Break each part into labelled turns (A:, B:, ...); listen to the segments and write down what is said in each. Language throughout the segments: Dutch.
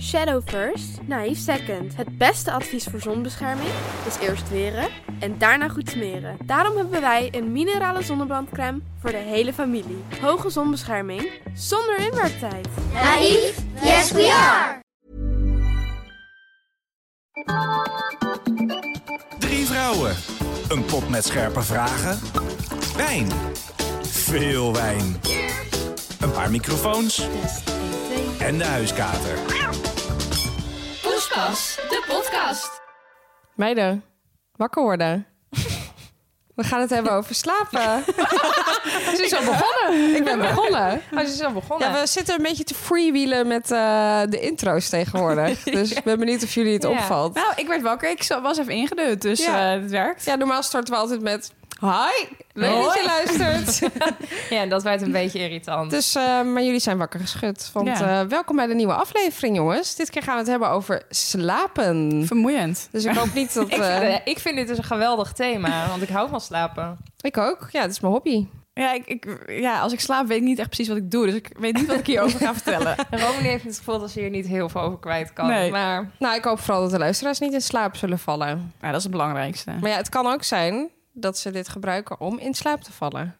A: Shadow first, naïef second. Het beste advies voor zonbescherming is eerst weren en daarna goed smeren. Daarom hebben wij een minerale zonnebrandcrème voor de hele familie. Hoge zonbescherming zonder inwerktijd.
B: Naïef? Yes, we are!
C: Drie vrouwen. Een pot met scherpe vragen. Wijn. Veel wijn. Een paar microfoons. En de huiskater.
D: Poespas, de podcast.
E: Meiden, wakker worden. We gaan het hebben over slapen. Ze is al begonnen. Ik ben begonnen.
F: Oh, ze is al begonnen.
E: Ja, we zitten een beetje te freewheelen met eh, de intro's tegenwoordig. Dus ik ben benieuwd of jullie het
F: Ja.
E: opvalt.
F: Nou, ik werd wakker. Ik zo- was even ingedeut, dus
E: Ja.
F: eh, het werkt.
E: Ja, normaal starten we altijd met... Hi, leuk dat
F: Hoi.
E: je luistert.
F: Ja, en dat werd een beetje irritant.
E: dus, eh, maar jullie zijn wakker geschud. Want
F: Ja.
E: eh, welkom bij de nieuwe aflevering, jongens. Dit keer gaan we het hebben over slapen.
F: Vermoeiend.
E: Dus ik hoop niet dat...
F: Ik,
E: eh,
F: vind, eh, ik vind dit dus een geweldig thema, want ik hou van slapen.
E: ik ook. Ja, het is mijn hobby.
F: Ja, ik, ik- ja, als ik slaap weet ik niet echt precies wat ik doe, dus ik weet niet wat ik hierover ga vertellen. Romani heeft het gevoel dat ze hier niet heel veel over kwijt kan.
D: Nee.
F: Maar
E: Nou, ik hoop vooral dat de luisteraars niet in slaap zullen vallen.
D: Ja, Nou, dat is het belangrijkste.
E: Maar ja, het kan ook zijn dat ze dit gebruiken om in slaap te vallen.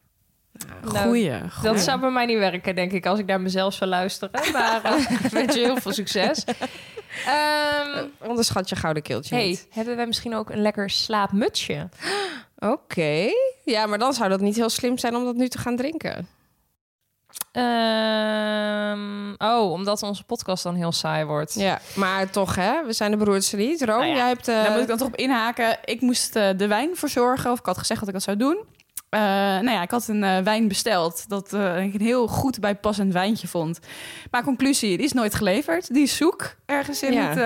F: Nou,
D: Goeie. goeie.
F: Dat zou bij mij niet werken, denk ik, als ik naar mezelf zou luisteren. Maar eh, ik wens je heel veel succes. Ehm
E: Onderschat je gouden keeltje
F: hey,
E: niet.
F: hebben wij misschien ook een lekker slaapmutsje?
E: Oké. Ja, maar dan zou dat niet heel slim zijn om dat nu te gaan drinken.
F: Ehm, oh, omdat onze podcast dan heel saai wordt.
E: Ja, maar toch hè, we zijn de broertje niet. Room,
D: Nou ja,
E: jij hebt... eh,
D: Daar moet ik dan toch op inhaken. Ik moest eh, de wijn verzorgen, of ik had gezegd dat ik dat zou doen. Eh, nou ja, ik had een eh, wijn besteld dat eh, ik een heel goed bijpassend wijntje vond. Maar conclusie, die is nooit geleverd. Die is zoek ergens in,
E: Ja.
D: het,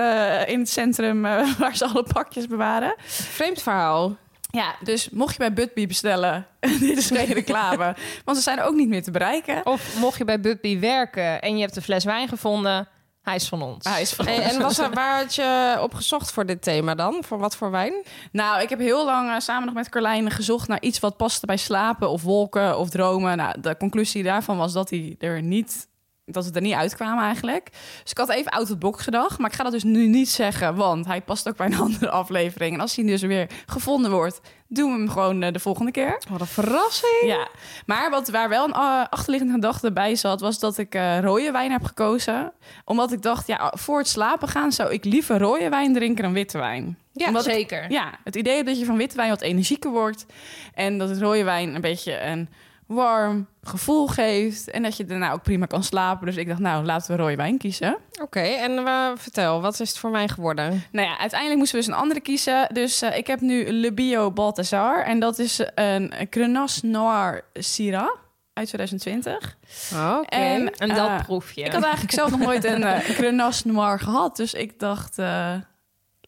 D: eh, in het centrum eh, waar ze alle pakjes bewaren.
E: Vreemd verhaal.
D: Ja, dus mocht je bij Budbee bestellen, dit is geen reclame. want ze zijn ook niet meer te bereiken.
F: Of mocht je bij Budbee werken en je hebt een fles wijn gevonden, hij is van ons.
D: Hij is van
E: Hey,
D: ons.
E: en was er, waar had je op gezocht voor dit thema dan? Voor wat voor wijn?
D: Nou, ik heb heel lang eh, samen nog met Carlijn gezocht naar iets wat paste bij slapen of wolken of dromen. Nou, de conclusie daarvan was dat hij er niet dat het er niet uitkwam eigenlijk. Dus ik had even out of the box gedacht. Maar ik ga dat dus nu niet zeggen, want hij past ook bij een andere aflevering. En als hij dus weer gevonden wordt, doen we hem gewoon eh, de volgende keer.
E: Wat een verrassing.
D: Ja, maar wat, waar wel een eh, achterliggende gedachte bij zat, was dat ik eh, rode wijn heb gekozen. Omdat ik dacht, ja, voor het slapen gaan zou ik liever rode wijn drinken dan witte wijn.
E: Ja,
D: Omdat ik-
F: zeker.
D: ja, het idee dat je van witte wijn wat energieker wordt en dat het rode wijn een beetje een warm gevoel geeft en dat je daarna ook prima kan slapen. Dus ik dacht, nou, laten we rode wijn kiezen.
E: Oké, en eh, vertel, wat is het voor mij geworden?
D: Nou ja, uiteindelijk moesten we dus een andere kiezen. Dus eh, ik heb nu Le Bio Balthazar en dat is een Grenache Noir Syrah uit 2020.
E: Oké.
D: En,
F: En dat
D: eh,
F: proef je.
D: Ik had eigenlijk zelf nog nooit een eh, Grenache Noir gehad, dus ik dacht, eh,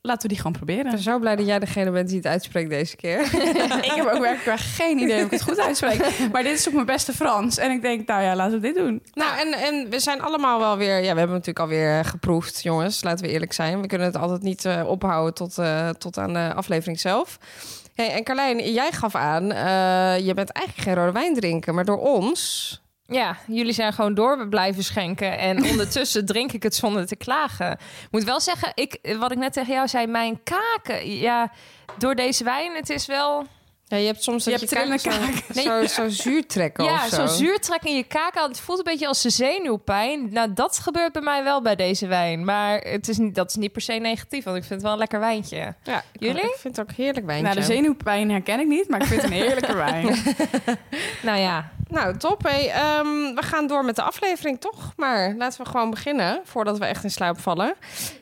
D: laten we die gewoon proberen.
E: Ik ben zo blij dat jij degene bent die het uitspreekt deze keer.
D: ik heb ook werkelijk geen idee of ik het goed uitspreek. Maar dit is ook mijn beste Frans. En ik denk, nou ja, laten we dit doen.
E: Nou, en, en we zijn allemaal wel weer... Ja, we hebben natuurlijk alweer eh, geproefd, jongens. Laten we eerlijk zijn. We kunnen het altijd niet eh, ophouden tot, eh, tot aan de aflevering zelf. Hey, en Carlijn, jij gaf aan... eh, je bent eigenlijk geen rode wijn drinken, maar door ons...
F: Ja, jullie zijn gewoon door blijven schenken. En ondertussen drink ik het zonder te klagen. Ik moet wel zeggen, ik, wat ik net tegen jou zei, mijn kaken. Ja, door deze wijn, het is wel...
E: Ja, je hebt soms dat
D: Je
E: je,
D: hebt
E: kaak
D: trillende
E: zo, zo, zo zuur trekken
F: ja,
E: of zo.
F: zo'n zuurtrek in je kaken. Het voelt een beetje als de zenuwpijn. Nou, dat gebeurt bij mij wel bij deze wijn. Maar het is niet, dat is niet per se negatief, want ik vind het wel een lekker wijntje.
E: Ja, ik-
F: Jullie?
E: Ik vind het ook heerlijk wijntje.
D: Nou, de zenuwpijn herken ik niet, maar ik vind het een heerlijke wijn.
F: Nou ja,
E: Nou, top. Hey. Ehm, we gaan door met de aflevering, toch? Maar laten we gewoon beginnen, voordat we echt in slaap vallen.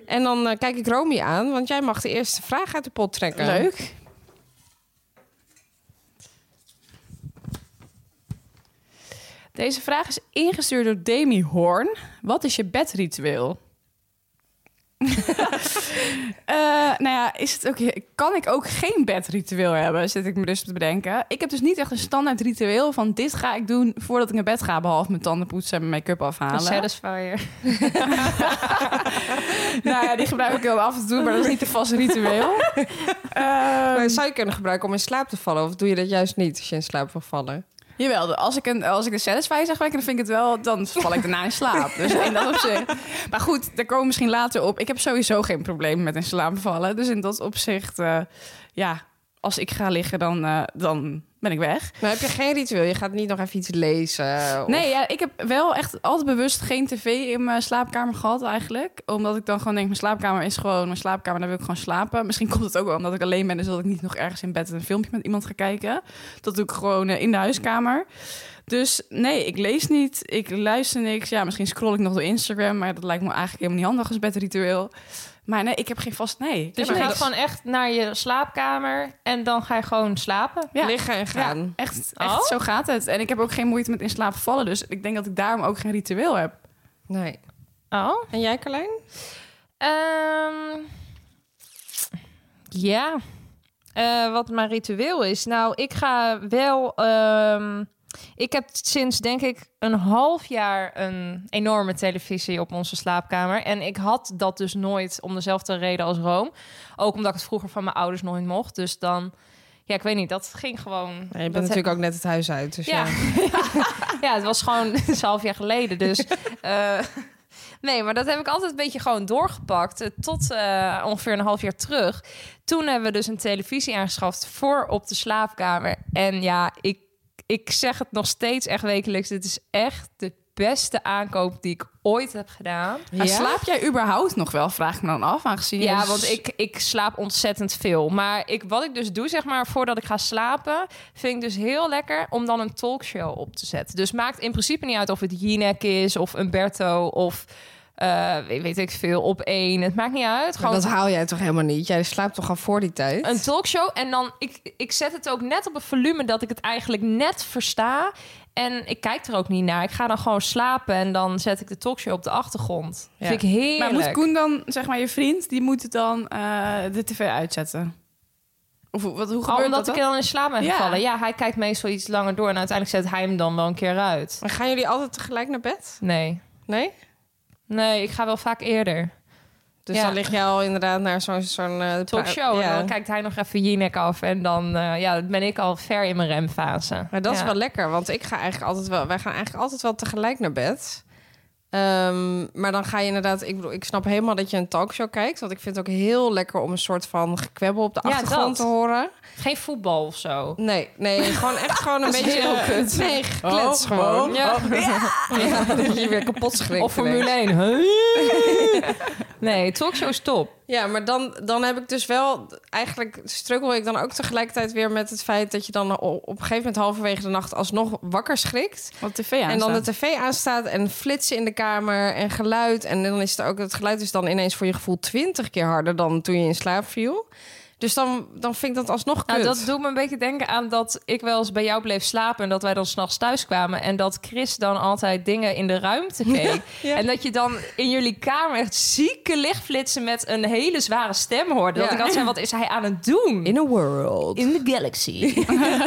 E: En dan eh, kijk ik Romy aan, want jij mag de eerste vraag uit de pot trekken.
D: Leuk. Deze vraag is ingestuurd door Demi Horn. Wat is je bedritueel? Eh, nou ja, is het ook, kan ik ook geen bedritueel hebben, zit ik me dus te bedenken. Ik heb dus niet echt een standaard ritueel van dit ga ik doen voordat ik naar bed ga, behalve mijn tanden poetsen en mijn make-up
F: een
D: afhalen.
F: satisfier.
D: nou ja, die gebruik ik heel af en toe, maar dat is niet een vast ritueel. Ehm,
F: Ehm,
E: Maar zou je kunnen gebruiken om in slaap te vallen? Of doe je dat juist niet als je in slaap wil vallen?
D: Jawel, als ik een, als ik een satisfy zeg, dan vind ik het wel, dan val ik daarna in slaap. Dus in dat opzicht. Maar goed, daar komen we misschien later op. Ik heb sowieso geen probleem met in slaap vallen. Dus in dat opzicht, eh, ja, als ik ga liggen, dan, eh, dan ben ik weg.
E: Maar heb je geen ritueel? Je gaat niet nog even iets lezen? of-
D: Nee, ja, ik heb wel echt altijd bewust geen tv in mijn slaapkamer gehad eigenlijk. Omdat ik dan gewoon denk, mijn slaapkamer is gewoon mijn slaapkamer. Daar wil ik gewoon slapen. Misschien komt het ook wel omdat ik alleen ben. Dus dat ik niet nog ergens in bed een filmpje met iemand ga kijken. Dat doe ik gewoon eh, in de huiskamer. Dus nee, ik lees niet. Ik luister niks. Ja, misschien scroll ik nog door Instagram. Maar dat lijkt me eigenlijk helemaal niet handig als bedritueel. Maar nee, ik heb geen vast nee. Ik
F: Dus je
D: heb
F: gaat
D: niks.
F: gewoon echt naar je slaapkamer en dan ga je gewoon slapen.
D: Ja.
E: Liggen en gaan.
D: Ja, echt, echt
F: Oh?
D: zo gaat het. En ik heb ook geen moeite met in slaap vallen. Dus ik denk dat ik daarom ook geen ritueel heb.
E: Nee.
F: Oh.
E: En jij, Carlijn?
F: Ehm, ja. Eh, wat mijn ritueel is. Nou, ik ga wel. ehm, ik heb sinds denk ik een half jaar een enorme televisie op onze slaapkamer. En ik had dat dus nooit om dezelfde reden als Rome. Ook omdat ik het vroeger van mijn ouders nooit mocht. Dus dan. Ja, ik weet niet. Dat ging gewoon.
E: je bent
F: dat-
E: natuurlijk ook net het huis uit. Dus ja.
F: ja. ja, het was gewoon het is een half jaar geleden. Dus. eh, nee, maar dat heb ik altijd een beetje gewoon doorgepakt. eh, Tot eh, ongeveer een half jaar terug. Toen hebben we dus een televisie aangeschaft voor op de slaapkamer. En ja, ik, ik zeg het nog steeds echt wekelijks. Dit is echt de beste aankoop die ik ooit heb gedaan.
D: Maar slaap jij überhaupt nog wel? Vraag ik me dan af, aangezien... je dus-
F: Ja,
D: s-
F: want ik, ik slaap ontzettend veel. Maar ik, wat ik dus doe, zeg maar, voordat ik ga slapen... vind ik dus heel lekker om dan een talkshow op te zetten. Dus maakt in principe niet uit of het Jinek is of Umberto of... eh, weet weet ik veel, op één. Het maakt niet uit.
E: Maar
F: Gewoon
E: dat haal jij toch helemaal niet? Jij slaapt toch al voor die tijd?
F: een talkshow. En dan, ik, ik zet het ook net op een volume dat ik het eigenlijk net versta. En ik kijk er ook niet naar. Ik ga dan gewoon slapen en dan zet ik de talkshow op de achtergrond.
E: Ja.
F: Vind ik heerlijk.
D: Maar moet Koen dan, zeg maar, je vriend, die moet het dan eh, de tv uitzetten? Of hoe- wat, hoe
F: Oh,
D: gebeurt
F: omdat
D: dat
F: ik
D: dan?
F: dan in slaap ben
D: Ja.
F: gevallen. Ja, hij kijkt meestal iets langer door en uiteindelijk zet hij hem dan wel een keer uit.
E: Maar gaan jullie altijd tegelijk naar bed?
F: Nee.
E: Nee?
F: Nee, ik ga wel vaak eerder.
E: Dus
F: Ja.
E: dan lig jij al inderdaad naar zo'n... zo'n eh,
F: Talkshow.
E: pra-
F: En
E: Ja.
F: dan kijkt hij nog even Jinek af. En dan eh, ja, dan ben ik al ver in mijn remfase.
E: Maar dat
F: Ja.
E: is wel lekker, want ik ga eigenlijk altijd wel, wij gaan eigenlijk altijd wel tegelijk naar bed. Ehm, maar dan ga je inderdaad, ik bedoel, ik snap helemaal dat je een talkshow kijkt. Want ik vind het ook heel lekker om een soort van gekwebbel op de
F: Ja,
E: achtergrond
F: dat.
E: te horen.
F: Geen voetbal of zo.
E: Nee, nee, gewoon echt gewoon een
F: Dat is
E: beetje.
F: heel kut.
E: Nee,
F: Oh,
E: geklets gewoon.
F: Ja.
E: Ja, dat je weer kapot schrikt.
F: Of Formule
E: ineens.
F: 1. nee, talkshow stop.
E: Ja, maar dan, dan heb ik dus wel. Eigenlijk struggle ik dan ook tegelijkertijd weer met het feit dat je dan o- op een gegeven moment halverwege de nacht alsnog wakker schrikt.
D: Wat tv aan
E: En dan de tv aanstaat en flitsen in de kamer en geluid. En dan is het ook, het geluid is dan ineens voor je gevoel twintig keer harder dan toen je in slaap viel. Dus dan, dan vind ik dat alsnog kut.
F: Nou, dat doet me een beetje denken aan dat ik wel eens bij jou bleef slapen en dat wij dan s'nachts thuis kwamen en dat Chris dan altijd dingen in de ruimte keek. En dat je dan in jullie kamer echt zieke lichtflitsen met een hele zware stem hoorde. Dat
E: Ja.
F: ik altijd zei, wat is hij aan het doen?
E: In a world.
F: de galaxy. ja,
E: ja,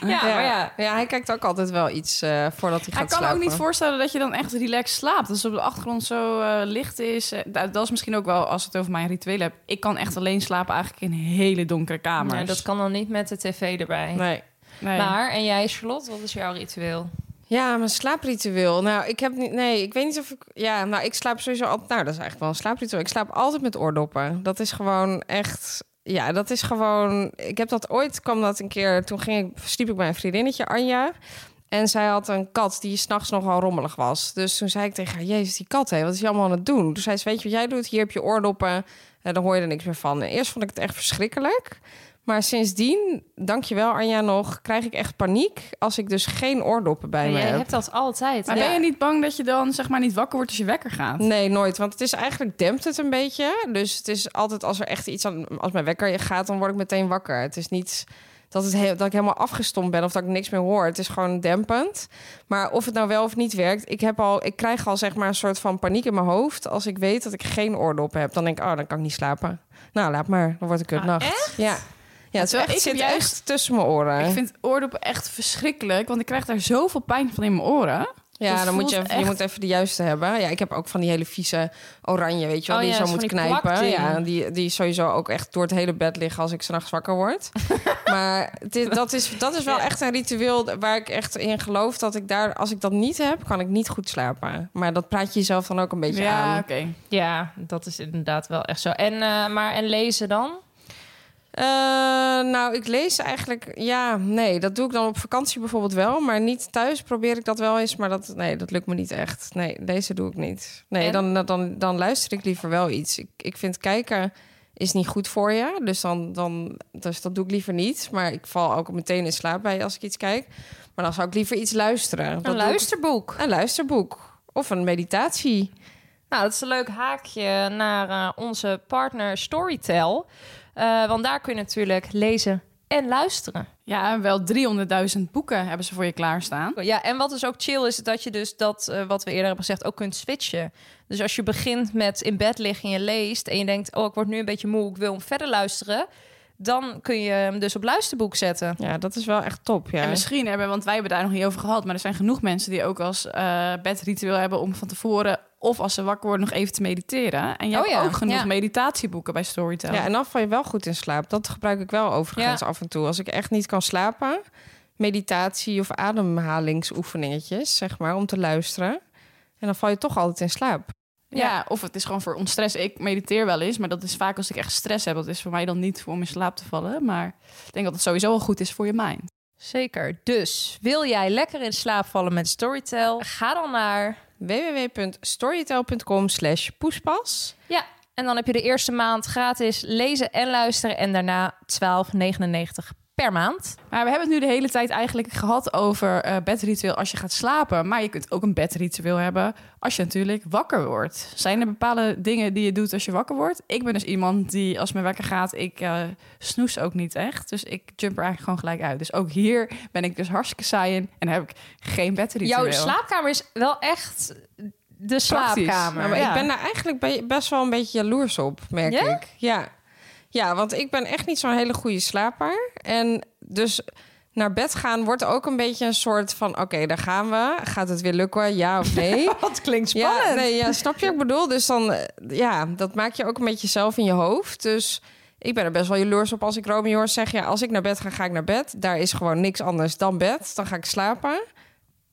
F: maar
E: ja.
F: ja.
E: ja, hij kijkt ook altijd wel iets eh, voordat hij gaat
D: Ik kan
E: slapen.
D: ook niet voorstellen dat je dan echt relaxed slaapt. Als het op de achtergrond zo eh, licht is. Eh, dat, dat is misschien ook wel, als we het over mijn rituelen hebben... Ik kan echt alleen slapen eigenlijk in hele donkere kamers.
F: Ja, dat kan dan niet met de tv erbij.
E: Nee.
D: Nee.
F: Maar, en jij Charlotte, wat is jouw ritueel?
E: Ja, mijn slaapritueel. Nou, ik heb niet. Nee, ik weet niet of ik. Ja, nou, ik slaap sowieso altijd. Nou, dat is eigenlijk wel een slaapritueel. Ik slaap altijd met oordoppen. Dat is gewoon echt. Ja, dat is gewoon. Ik heb dat ooit. kwam dat een keer. Toen ging ik, sliep ik bij een vriendinnetje, Anja. En zij had een kat die s'nachts nogal rommelig was. Dus toen zei ik tegen haar: Jezus, die kat, hé, wat is die allemaal aan het doen? Toen zei ze: Weet je wat jij doet? Hier heb je oordoppen. En dan hoor je er niks meer van. En eerst vond ik het echt verschrikkelijk. Maar sindsdien, dankjewel Anja nog, krijg ik echt paniek als ik dus geen oordoppen bij
F: En
E: me
F: jij
E: heb.
F: hebt dat altijd.
D: Maar
F: hè?
D: ben je niet bang dat je dan zeg maar niet wakker wordt als je wekker gaat?
E: Nee, nooit. Want het is eigenlijk dempt het een beetje. Dus het is altijd als er echt iets aan. Als mijn wekker gaat, dan word ik meteen wakker. Het is niet dat, het he- dat ik helemaal afgestompt ben of dat ik niks meer hoor. Het is gewoon dempend. Maar of het nou wel of niet werkt, ik, heb al, ik krijg al zeg maar een soort van paniek in mijn hoofd. Als ik weet dat ik geen oordoppen heb, dan denk ik, oh, dan kan ik niet slapen. Nou, laat maar. Dan wordt het een kutnacht. Ja. Ja, het is
D: Ah, Terwijl
E: echt,
D: ik heb
E: zit
D: juist-
E: echt tussen mijn oren.
D: Ik vind oordoppen echt verschrikkelijk, want ik krijg daar zoveel pijn van in mijn oren.
E: Ja,
D: Dat
E: dan moet je,
D: voelt
E: even, je
D: echt-
E: moet even de juiste hebben. Ja, ik heb ook van die hele vieze oranje, weet je wel,
F: Oh
E: die
F: ja,
E: je zo moet
F: dat is van die
E: knijpen.
F: plakding.
E: Ja, die, die sowieso ook echt door het hele bed liggen als ik s'nachts wakker word. maar het is- dat, is, dat is wel echt een ritueel waar ik echt in geloof. Dat ik daar, als ik dat niet heb, kan ik niet goed slapen. Maar dat praat je jezelf dan ook een beetje
D: Ja,
E: aan.
D: oké.
F: Ja, dat is inderdaad wel echt zo. En, eh, maar, en lezen dan?
E: Eh, nou, ik lees eigenlijk, ja, nee, dat doe ik dan op vakantie bijvoorbeeld wel, maar niet thuis probeer ik dat wel eens, maar dat, nee, dat lukt me niet echt. Nee, deze doe ik niet. Nee,
F: En?
E: dan, dan, dan luister ik liever wel iets. Ik, ik vind kijken is niet goed voor je, dus, dan, dan, dus dat doe ik liever niet, maar ik val ook meteen in slaap bij als ik iets kijk. Maar dan zou ik liever iets luisteren. Dat doe
F: Een
E: ik-
F: luisterboek.
E: Een luisterboek of een meditatie.
F: Nou, dat is een leuk haakje naar eh, onze partner Storytel. Eh, want daar kun je natuurlijk lezen en luisteren.
D: Ja, wel 300.000 boeken hebben ze voor je klaarstaan.
F: Ja, en wat dus ook chill is, dat je dus dat, eh, wat we eerder hebben gezegd, ook kunt switchen. Dus als je begint met in bed liggen en je leest en je denkt, oh, ik word nu een beetje moe, ik wil hem verder luisteren. Dan kun je hem dus op luisterboek zetten.
E: Ja, dat is wel echt top, ja.
D: En misschien hebben, want wij hebben daar nog niet over gehad, maar er zijn genoeg mensen die ook als eh, bedritueel hebben om van tevoren of als ze wakker worden nog even te mediteren. En jij
F: Oh
D: hebt
F: ja,
D: ook genoeg
F: ja.
D: meditatieboeken bij Storytel.
E: Ja, en dan val je wel goed in slaap. Dat gebruik ik wel overigens
F: Ja.
E: af en toe. Als ik echt niet kan slapen, meditatie of ademhalingsoefeningetjes, zeg maar, om te luisteren. En dan val je toch altijd in slaap.
D: Ja, of het is gewoon voor ontstress. Ik mediteer wel eens, maar dat is vaak als ik echt stress heb. Dat is voor mij dan niet om in slaap te vallen. Maar ik denk dat het sowieso wel goed is voor je mind.
F: Zeker. Dus wil jij lekker in slaap vallen met Storytel? Ga dan naar.
E: www.storytel.com slash poespas.
F: Ja. En dan heb je de eerste maand gratis lezen en luisteren. En daarna 12,99 per maand.
D: Maar we hebben het nu de hele tijd eigenlijk gehad over eh, bedritueel als je gaat slapen. Maar je kunt ook een bedritueel hebben als je natuurlijk wakker wordt. Zijn er bepaalde dingen die je doet als je wakker wordt? Ik ben dus iemand die als mijn wekker gaat, ik eh, snoes ook niet echt. Dus ik jump er eigenlijk gewoon gelijk uit. Dus ook hier ben ik dus hartstikke saai in en heb ik geen bedritueel.
F: Jouw slaapkamer is wel echt de slaapkamer.
E: Nou, maar
D: Ja.
E: ik ben daar eigenlijk be- best wel een beetje jaloers op, merk
F: Ja?
E: ik. Ja. ja, want ik ben echt niet zo'n hele goede slaper. En dus naar bed gaan wordt ook een beetje een soort van... oké, daar gaan we. Gaat het weer lukken, ja of nee?
F: Wat klinkt
E: Ja, nee, ja, snap je wat ik bedoel? Dus dan, eh, ja, dat maak je ook een beetje zelf in je hoofd. Dus ik ben er best wel jaloers op als ik Romeo hoor zeggen... ja, als ik naar bed ga, ga ik naar bed. Daar is gewoon niks anders dan bed. Dan ga ik slapen.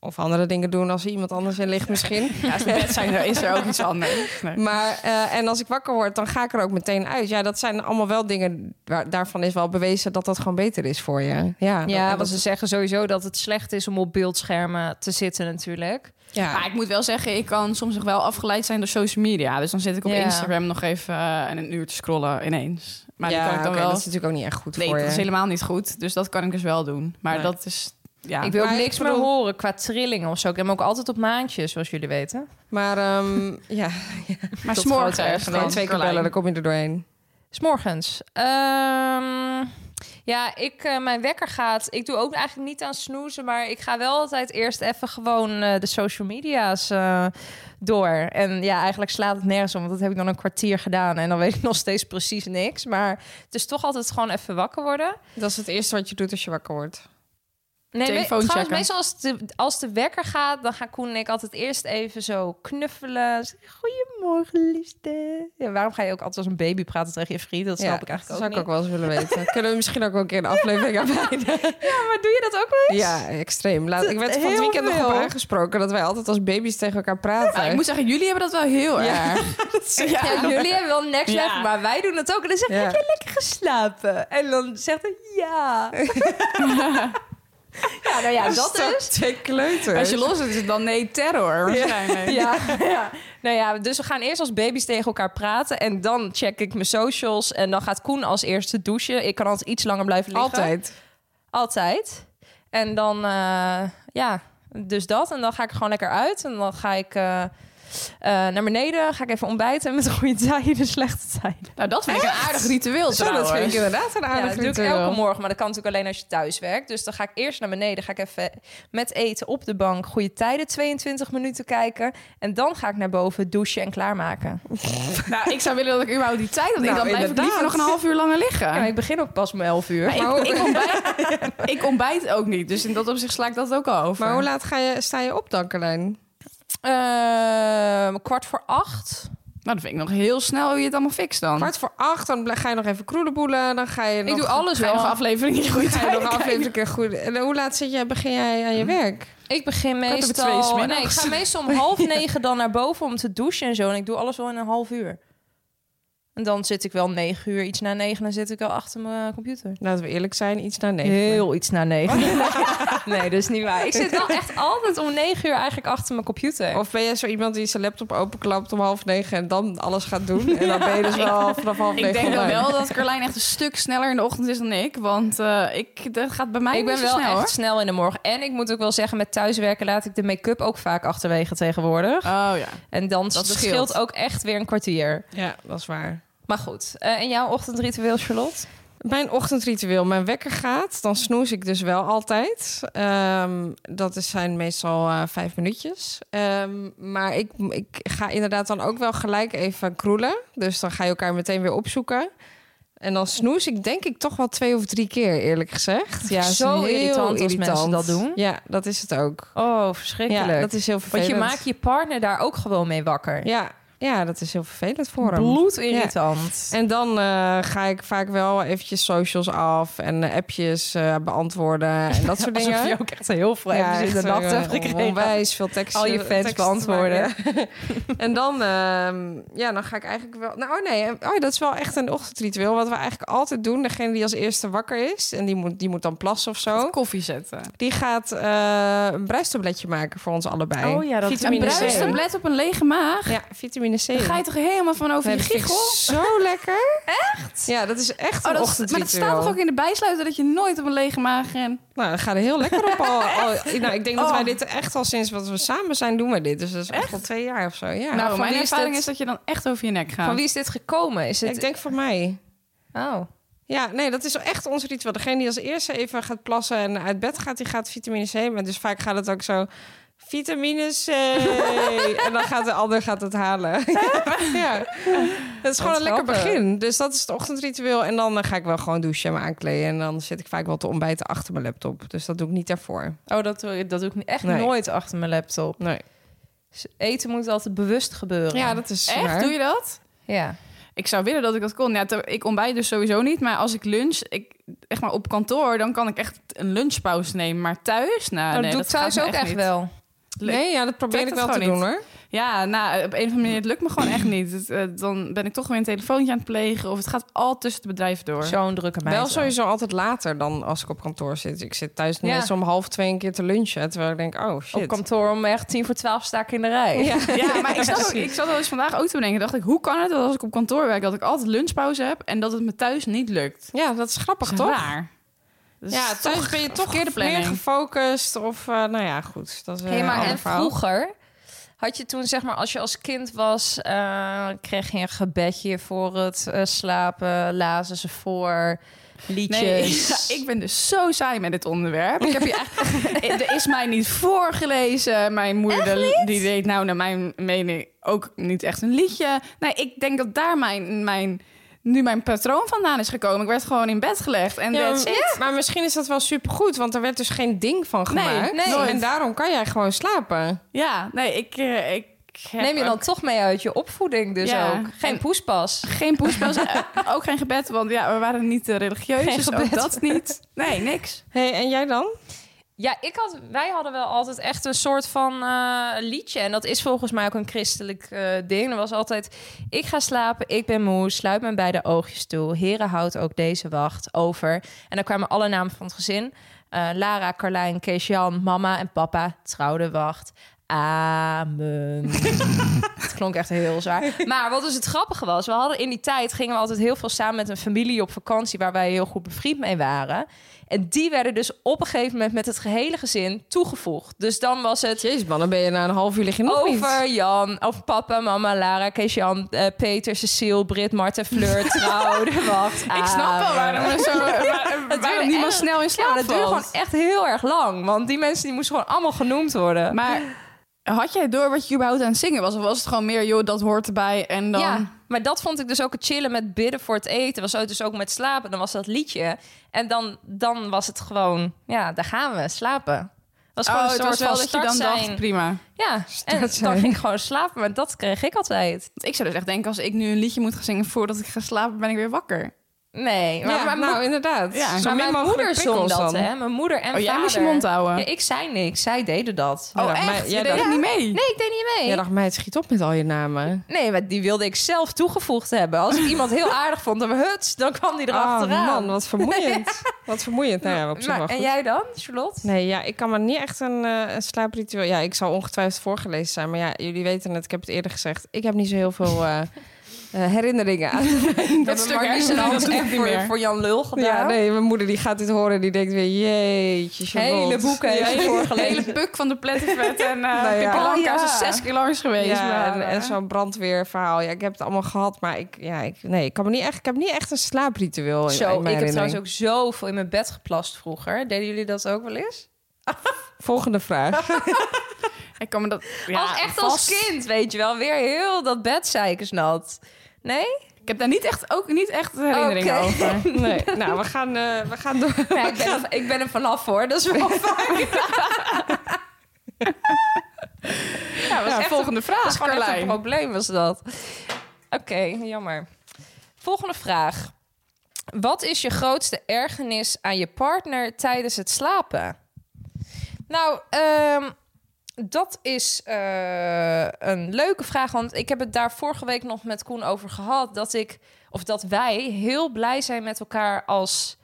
E: Of andere dingen doen als er iemand anders in ligt misschien.
D: Ja, als we bed zijn, dan is er ook iets anders. Nee.
E: Maar, eh, en als ik wakker word, dan ga ik er ook meteen uit. Ja, dat zijn allemaal wel dingen... Waar, daarvan is wel bewezen dat dat gewoon beter is voor je. Ja,
F: Ja,
E: dat,
F: want ze zeggen sowieso dat het slecht is om op beeldschermen te zitten natuurlijk.
E: ja.
D: Maar ik moet wel zeggen, ik kan soms nog wel afgeleid zijn door social media. Dus dan zit ik op
F: Ja.
D: Instagram nog even eh, en een uur te scrollen ineens. Maar
E: ja,
D: dat kan ik dan
E: oké,
D: wel.
E: dat is natuurlijk ook niet echt goed
D: nee,
E: voor
D: dat
E: je.
D: is helemaal niet goed. Dus dat kan ik dus wel doen. Maar
E: Nee.
D: dat is. Ja.
F: Ik wil ook
E: Maar ik
F: niks meer
E: bedoel-
F: horen qua trillingen of zo. Ik heb hem ook altijd op maandjes, zoals jullie weten.
E: Maar ehm, ja,
D: maar
F: tot
D: s'morgens.
F: grote ergernis.
D: dan,
E: nee, twee keer
D: Carlijn.
E: bellen, dan kom je er doorheen.
F: S'morgens. Ehm ja, ik, eh, mijn wekker gaat. Ik doe ook eigenlijk niet aan snoezen, maar ik ga wel altijd eerst even gewoon eh, de social media's eh, door. En ja, eigenlijk slaat het nergens om, want dat heb ik dan een kwartier gedaan en dan weet ik nog steeds precies niks. Maar het is toch altijd gewoon even wakker worden.
E: Dat is het eerste wat je doet als je wakker wordt.
F: Nee,
D: Telefoon
F: we- trouwens,
D: checken.
F: meestal als de, als de wekker gaat, dan gaan Koen en ik altijd eerst even zo knuffelen. Zeggen, Goedemorgen, liefste. Ja, waarom ga je ook altijd als een baby praten tegen je vriend? Dat snap ik
E: dat
F: eigenlijk
E: zou
F: ook
E: ik
F: niet.
E: ook wel eens willen weten. Kunnen we misschien ook wel een keer een aflevering aan wijden?
F: Ja, maar doe je dat ook wel eens?
E: Ja, extreem. Laat, ik werd er van het
F: Heel
E: weekend nog op
F: veel.
E: aangesproken dat wij altijd als baby's tegen elkaar praten.
D: Maar ik moet zeggen, jullie hebben dat wel heel erg.
F: Ja, jullie hebben wel next
D: Ja.
F: level, maar wij doen het ook. En dan zeg ik,
E: Ja.
F: heb jij lekker geslapen? En dan zegt hij, ja. ja, nou ja, dat
E: Stap
F: is...
E: Twee kleuters.
D: Als je los is, is het dan nee, terror. Waarschijnlijk.
F: Ja, ja. Nou ja, dus we gaan eerst als baby's tegen elkaar praten. En dan check ik mijn socials. En dan gaat Koen als eerste douchen. Ik kan altijd iets langer blijven liggen.
E: Altijd.
F: Altijd. En dan, eh, ja, dus dat. En dan ga ik er gewoon lekker uit. En dan ga ik eh, eh, naar beneden, ga ik even ontbijten met goede tijden, slechte tijden.
D: Nou, dat vind ik een aardig ritueel
E: Zo, dat vind ik inderdaad een
F: Nou, Ja,
E: aardig
F: dat doe ik
E: ritueel.
F: elke morgen, maar dat kan natuurlijk alleen als je thuis werkt. Dus dan ga ik eerst naar beneden, ga ik even met eten op de bank, goede tijden, 22 minuten kijken. En dan ga ik naar boven douchen en klaarmaken.
D: Nou, ik zou willen dat ik überhaupt die tijd had.
E: Nou,
D: ik dan blijf
E: inderdaad.
D: ik liever nog een half uur langer liggen.
F: Ja, maar ik begin ook pas om 11 uur.
D: Maar ik, ik, ontbijt, ik ontbijt ook niet, dus in dat opzicht sla ik dat ook al over.
E: Maar hoe laat ga je, sta je op dan, Carlijn?
F: Ehm, kwart voor acht.
D: Nou, dat vind ik nog heel snel hoe je het allemaal fixt dan.
E: Kwart voor acht, dan ble- ga je nog even kroelenboelen. Dan ga je nog,
D: ik doe alles wel. Nog aflevering in goede
E: ga je nog
D: tijd.
E: een aflevering een keer goed. En hoe laat zit jij, begin jij aan je werk?
F: Ik begin
D: over
F: meestal...
D: twee is middags.
F: nee, ik ga meestal om half negen dan naar boven om te douchen en zo. En ik doe alles wel in een half uur. En dan zit ik wel negen uur, iets na negen, dan zit ik wel achter mijn computer.
E: Laten we eerlijk zijn, iets naar negen.
F: Heel iets na negen. nee, dat is niet waar. Oh, Ik zit wel echt altijd om negen uur eigenlijk achter mijn computer.
E: Of ben jij zo iemand die zijn laptop openklapt om half negen en dan alles gaat doen? En dan ben je dus wel vanaf half negen
D: Ik denk
E: online.
D: wel dat Carlijn echt een stuk sneller in de ochtend is dan ik. Want eh, ik, dat gaat bij mij
F: ik ben
D: niet
F: wel
D: zo snel,
F: echt snel in de morgen. En ik moet ook wel zeggen, met thuiswerken laat ik de make-up ook vaak achterwege tegenwoordig.
D: hoor. Oh ja.
F: En dan
D: Dat
F: scheelt.
D: scheelt
F: ook echt weer een kwartier.
E: Ja, dat is waar.
F: Maar goed, eh, en jouw ochtendritueel, Charlotte?
E: Mijn ochtendritueel, mijn wekker gaat, dan snoes ik dus wel altijd. Ehm, dat is, zijn meestal eh, vijf minuutjes. Ehm, maar ik, ik ga inderdaad dan ook wel gelijk even kroelen. Dus dan ga je elkaar meteen weer opzoeken. En dan snoes ik denk ik toch wel twee of drie keer, eerlijk gezegd. Ja,
F: Zo
E: het is heel
F: irritant als mensen
E: irritant.
F: dat doen.
E: Ja, dat is het ook.
F: Oh,
E: Ja,
F: verschrikkelijk.
E: dat is heel
F: Want
E: vervelend.
F: je maakt je partner daar ook gewoon mee wakker.
E: Ja, ja dat is heel vervelend voor hem.
F: Bloedirritant.
E: En dan eh, ga ik vaak wel eventjes socials af en eh, appjes eh, beantwoorden en dat soort dingen.
F: Alsof je ook echt heel veel
E: Ja,
F: appjes in
E: echt,
F: de nacht
E: eh,
F: hebt gekregen.
E: Onwijs veel teksten.
F: Al je fans
E: teksten te
F: beantwoorden.
E: maken. en dan, ehm, ja, dan ga ik eigenlijk wel... Nou, oh nee, eh, oh, dat is wel echt een ochtendritueel. Wat we eigenlijk altijd doen, degene die als eerste wakker is... en die moet, die moet dan plassen of
F: Oh.
E: zo...
D: Koffie zetten.
E: die gaat eh, een bruistabletje maken voor ons allebei.
F: Oh ja, dat
D: Een
E: Vitamine C.
D: bruistablet op een lege maag.
E: Ja, vitamine C.
D: Daar ga je toch helemaal van over je
E: Dat vind ik
D: giegel?
E: zo lekker. Echt? Ja, dat is echt een
D: Oh, dat, maar
E: ochtendritueel.
D: dat staat toch ook in de bijsluiter dat je nooit op een lege maag rent?
E: Nou, dat gaat er heel lekker op al. al- nou, ik denk dat
D: Oh.
E: wij dit echt al sinds wat we samen zijn doen we dit. Dus dat is echt al twee jaar of zo. Ja.
D: nou,
F: van
D: mijn
F: wie is
D: ervaring
F: dit?
D: is dat je dan echt over je nek gaat.
F: Van wie is dit gekomen? Is het...
E: ik denk voor mij.
F: Oh.
E: Ja, nee, dat is echt ons ritueel. Degene die als eerste even gaat plassen en uit bed gaat, die gaat vitamine C. Maar dus vaak gaat het ook zo. Vitamine C. en dan gaat de ander gaat het halen. ja. Dat is gewoon
F: Wat
E: een lekker
F: grappig.
E: begin. Dus dat is het ochtendritueel. En dan eh, ga ik wel gewoon douchen en me aankleden. En dan zit ik vaak wel te ontbijten achter mijn laptop. Dus dat doe ik niet daarvoor.
F: Oh, dat doe, ik- dat doe ik echt
E: Nee.
F: nooit achter mijn laptop.
E: Nee.
F: Dus Eten moet altijd bewust gebeuren.
E: Ja, dat is
D: Echt?
E: waar.
D: Doe je dat?
F: Ja.
D: Ik zou willen dat ik dat kon. Ja, ter- ik ontbijt dus sowieso niet. Maar als ik lunch, ik, echt maar op kantoor, dan kan ik echt een lunchpauze nemen. Maar thuis, nou,
F: Oh,
D: nee,
F: doe ik
D: dat gaat
F: thuis
D: me
F: ook echt
D: niet.
F: wel.
E: Nee, ja, dat probeer
D: Trek
E: ik
D: dat
E: wel te
D: gewoon
E: doen
D: niet.
E: hoor.
D: Ja, nou, op een of andere manier, het lukt me gewoon echt niet. Het, eh, dan ben ik toch weer een telefoontje aan het plegen. Of het gaat al tussen het bedrijf door.
F: Zo'n drukke meid.
E: Wel sowieso altijd later dan als ik op kantoor zit. Ik zit thuis
F: Ja.
E: meestal om half twee een keer te lunchen. Terwijl ik denk, oh shit.
F: Op kantoor om echt tien voor twaalf sta ik in de rij.
D: Ja, maar ik zat, ook- ik zat wel eens vandaag ook te bedenken. Dacht ik, hoe kan het dat als ik op kantoor werk, dat ik altijd lunchpauze heb en dat het me thuis niet lukt?
E: Ja, dat is grappig
D: Dat is
E: toch?
D: raar. Dat is
E: Ja, thuis ben je toch
D: verkeerde
E: meer
D: planning.
E: gefocust. Of eh, nou ja, goed. Dat is eh,
F: Hé,
E: een
F: maar
E: ander
F: en
E: verhaal.
F: vroeger had je toen, zeg maar, als je als kind was, eh, kreeg je een gebedje voor het eh, slapen, lazen ze voor,
D: Nee,
F: liedjes.
D: ja, ik ben dus zo saai met dit onderwerp. Ik heb je echt, er is mij niet voorgelezen. Mijn moeder die deed nou naar mijn mening ook niet echt een liedje. Nee, ik denk dat daar mijn, mijn, nu mijn patroon vandaan is gekomen. Ik werd gewoon in bed gelegd en
E: Ja,
D: that's it.
E: maar- maar misschien is dat wel supergoed, want er werd dus geen ding van gemaakt.
D: nee, nooit.
E: en daarom kan jij gewoon slapen.
D: Ja, nee, ik, eh, ik heb
F: Neem je dan
D: ook
F: toch mee uit je opvoeding dus
D: Ja.
F: ook. Geen poespas.
D: geen poespas, eh, ook geen gebed, want ja, we waren niet eh, religieus,
F: Geen
D: dus
F: gebed.
D: ook dat niet. Nee, niks.
E: Hé, en jij dan?
F: Ja, ik had, wij hadden wel altijd echt een soort van eh, liedje. En dat is volgens mij ook een christelijk eh, ding. Er was altijd, ik ga slapen, ik ben moe, sluit mijn beide oogjes toe. Heren, houdt ook deze wacht over. En dan kwamen alle namen van het gezin. Eh, Lara, Carlijn, Kees, Jan, mama en papa, trouwde wacht. Amen. het klonk echt heel zwaar. Maar wat dus het grappige was, we hadden in die tijd gingen we altijd heel veel samen met een familie op vakantie waar wij heel goed bevriend mee waren. En die werden dus op een gegeven moment met het gehele gezin toegevoegd. Dus dan was het
E: Jezus, man, dan ben je na een half uur lig je nog niet.
F: over Jan, over papa, mama, Lara, Kees, Jan, eh, Peter, Cecile, Brit, Marten, Fleur, Trouwde, wacht.
D: Ik snap wel waarom, er zo, waar, waarom
F: Ah, duurde
D: niemand
F: echt-
D: snel in
F: Ja,
D: slaap
F: dat duurde gewoon
D: valt.
F: echt heel erg lang. Want die mensen die moesten gewoon allemaal genoemd worden.
D: Maar had jij door wat je überhaupt aan het zingen was? Of was het gewoon meer, joh, dat hoort erbij en dan...
F: Ja, maar dat vond ik dus ook het chillen met bidden voor het eten. Was ook dus ook met slapen. Dan was dat liedje. En dan, dan was het gewoon, ja, daar gaan we slapen. Was gewoon
D: Oh,
F: een
D: het was
F: soort
D: wel
F: van
D: dat je dan
F: startsein.
D: dacht, prima.
F: Ja, en dan
E: Startsein.
F: ging ik gewoon slapen. Maar dat kreeg ik altijd.
D: Ik zou dus echt denken, als ik nu een liedje moet gaan zingen voordat ik ga slapen, ben ik weer wakker.
F: Nee, maar,
E: Ja,
F: maar,
E: nou, inderdaad.
D: Ja.
E: Zo
F: maar
E: min
F: mijn
E: mogelijk
F: moeder zong
E: prikkels
F: dat,
E: dan.
F: hè. Mijn moeder en
D: Oh, jij
F: vader.
D: moest je mond houden.
F: Ja, ik zei niks. Zij deden dat.
D: Oh,
E: Ja,
D: echt?
E: maar
D: Je
E: jij
D: deed
E: dacht-
D: echt niet mee?
F: Nee, ik deed niet mee.
E: Jij dacht, meid, schiet op met al je namen.
F: Nee, maar die wilde ik zelf toegevoegd hebben. Als ik iemand heel aardig vond, dan, huts, dan kwam die erachteraan.
E: Oh, man, wat vermoeiend. Wat vermoeiend. Nou ja, op zich
F: Maar-
E: wel
F: en
E: goed.
F: jij dan, Charlotte?
E: Nee, ja, ik kan maar niet echt een, eh, een slaapritueel... Ja, ik zal ongetwijfeld voorgelezen zijn. Maar ja, jullie weten het, ik heb het eerder gezegd. Ik heb niet zo heel veel eh, eh, herinneringen aan
F: Dat
D: stuk
F: Marlies
D: ergens
F: en Hans
D: doet het
F: echt
D: niet
F: voor,
D: meer.
F: voor Jan Lul gedaan.
E: Ja, nee, mijn moeder die gaat dit horen. Die denkt weer, jeetje, Charlotte.
F: Hele boeken heeft ze voorgelezen.
D: hele puk van de plettenvet en eh
E: ja.
D: Pippi
E: Oh,
D: Lanka
E: ja.
D: is al zes keer langs geweest.
E: Ja,
D: maar,
E: en,
D: eh,
E: en zo'n brandweerverhaal. Ja, ik heb het allemaal gehad, maar ik, ja, ik, nee, ik, kan me niet echt, ik heb niet echt een slaapritueel. in- in
F: Zo,
E: mijn
F: ik heb
E: herinnering.
F: trouwens ook zoveel in mijn bed geplast vroeger. Deden jullie dat ook wel eens?
E: Volgende vraag.
D: Ik kan me dat... Ja,
F: als echt
D: vast.
F: als kind, weet je wel. Weer heel dat bed zeikersnat. Nee?
D: Ik heb daar niet echt, ook niet echt herinneringen
F: Oké.
D: over.
E: nee, nou, we gaan, eh, we gaan door.
F: Ja, ik, ben er, ik ben er vanaf hoor, dat is wel fijn. ja, was
D: Ja,
F: echt
D: volgende vraag,
F: was gewoon echt een
D: Carlijn.
F: probleem was dat. Oké, jammer. Volgende vraag. Wat is je grootste ergernis aan je partner tijdens het slapen? Nou, ehm, dat is eh, een leuke vraag. Want ik heb het daar vorige week nog met Koen over gehad. Dat ik, of dat wij heel blij zijn met elkaar als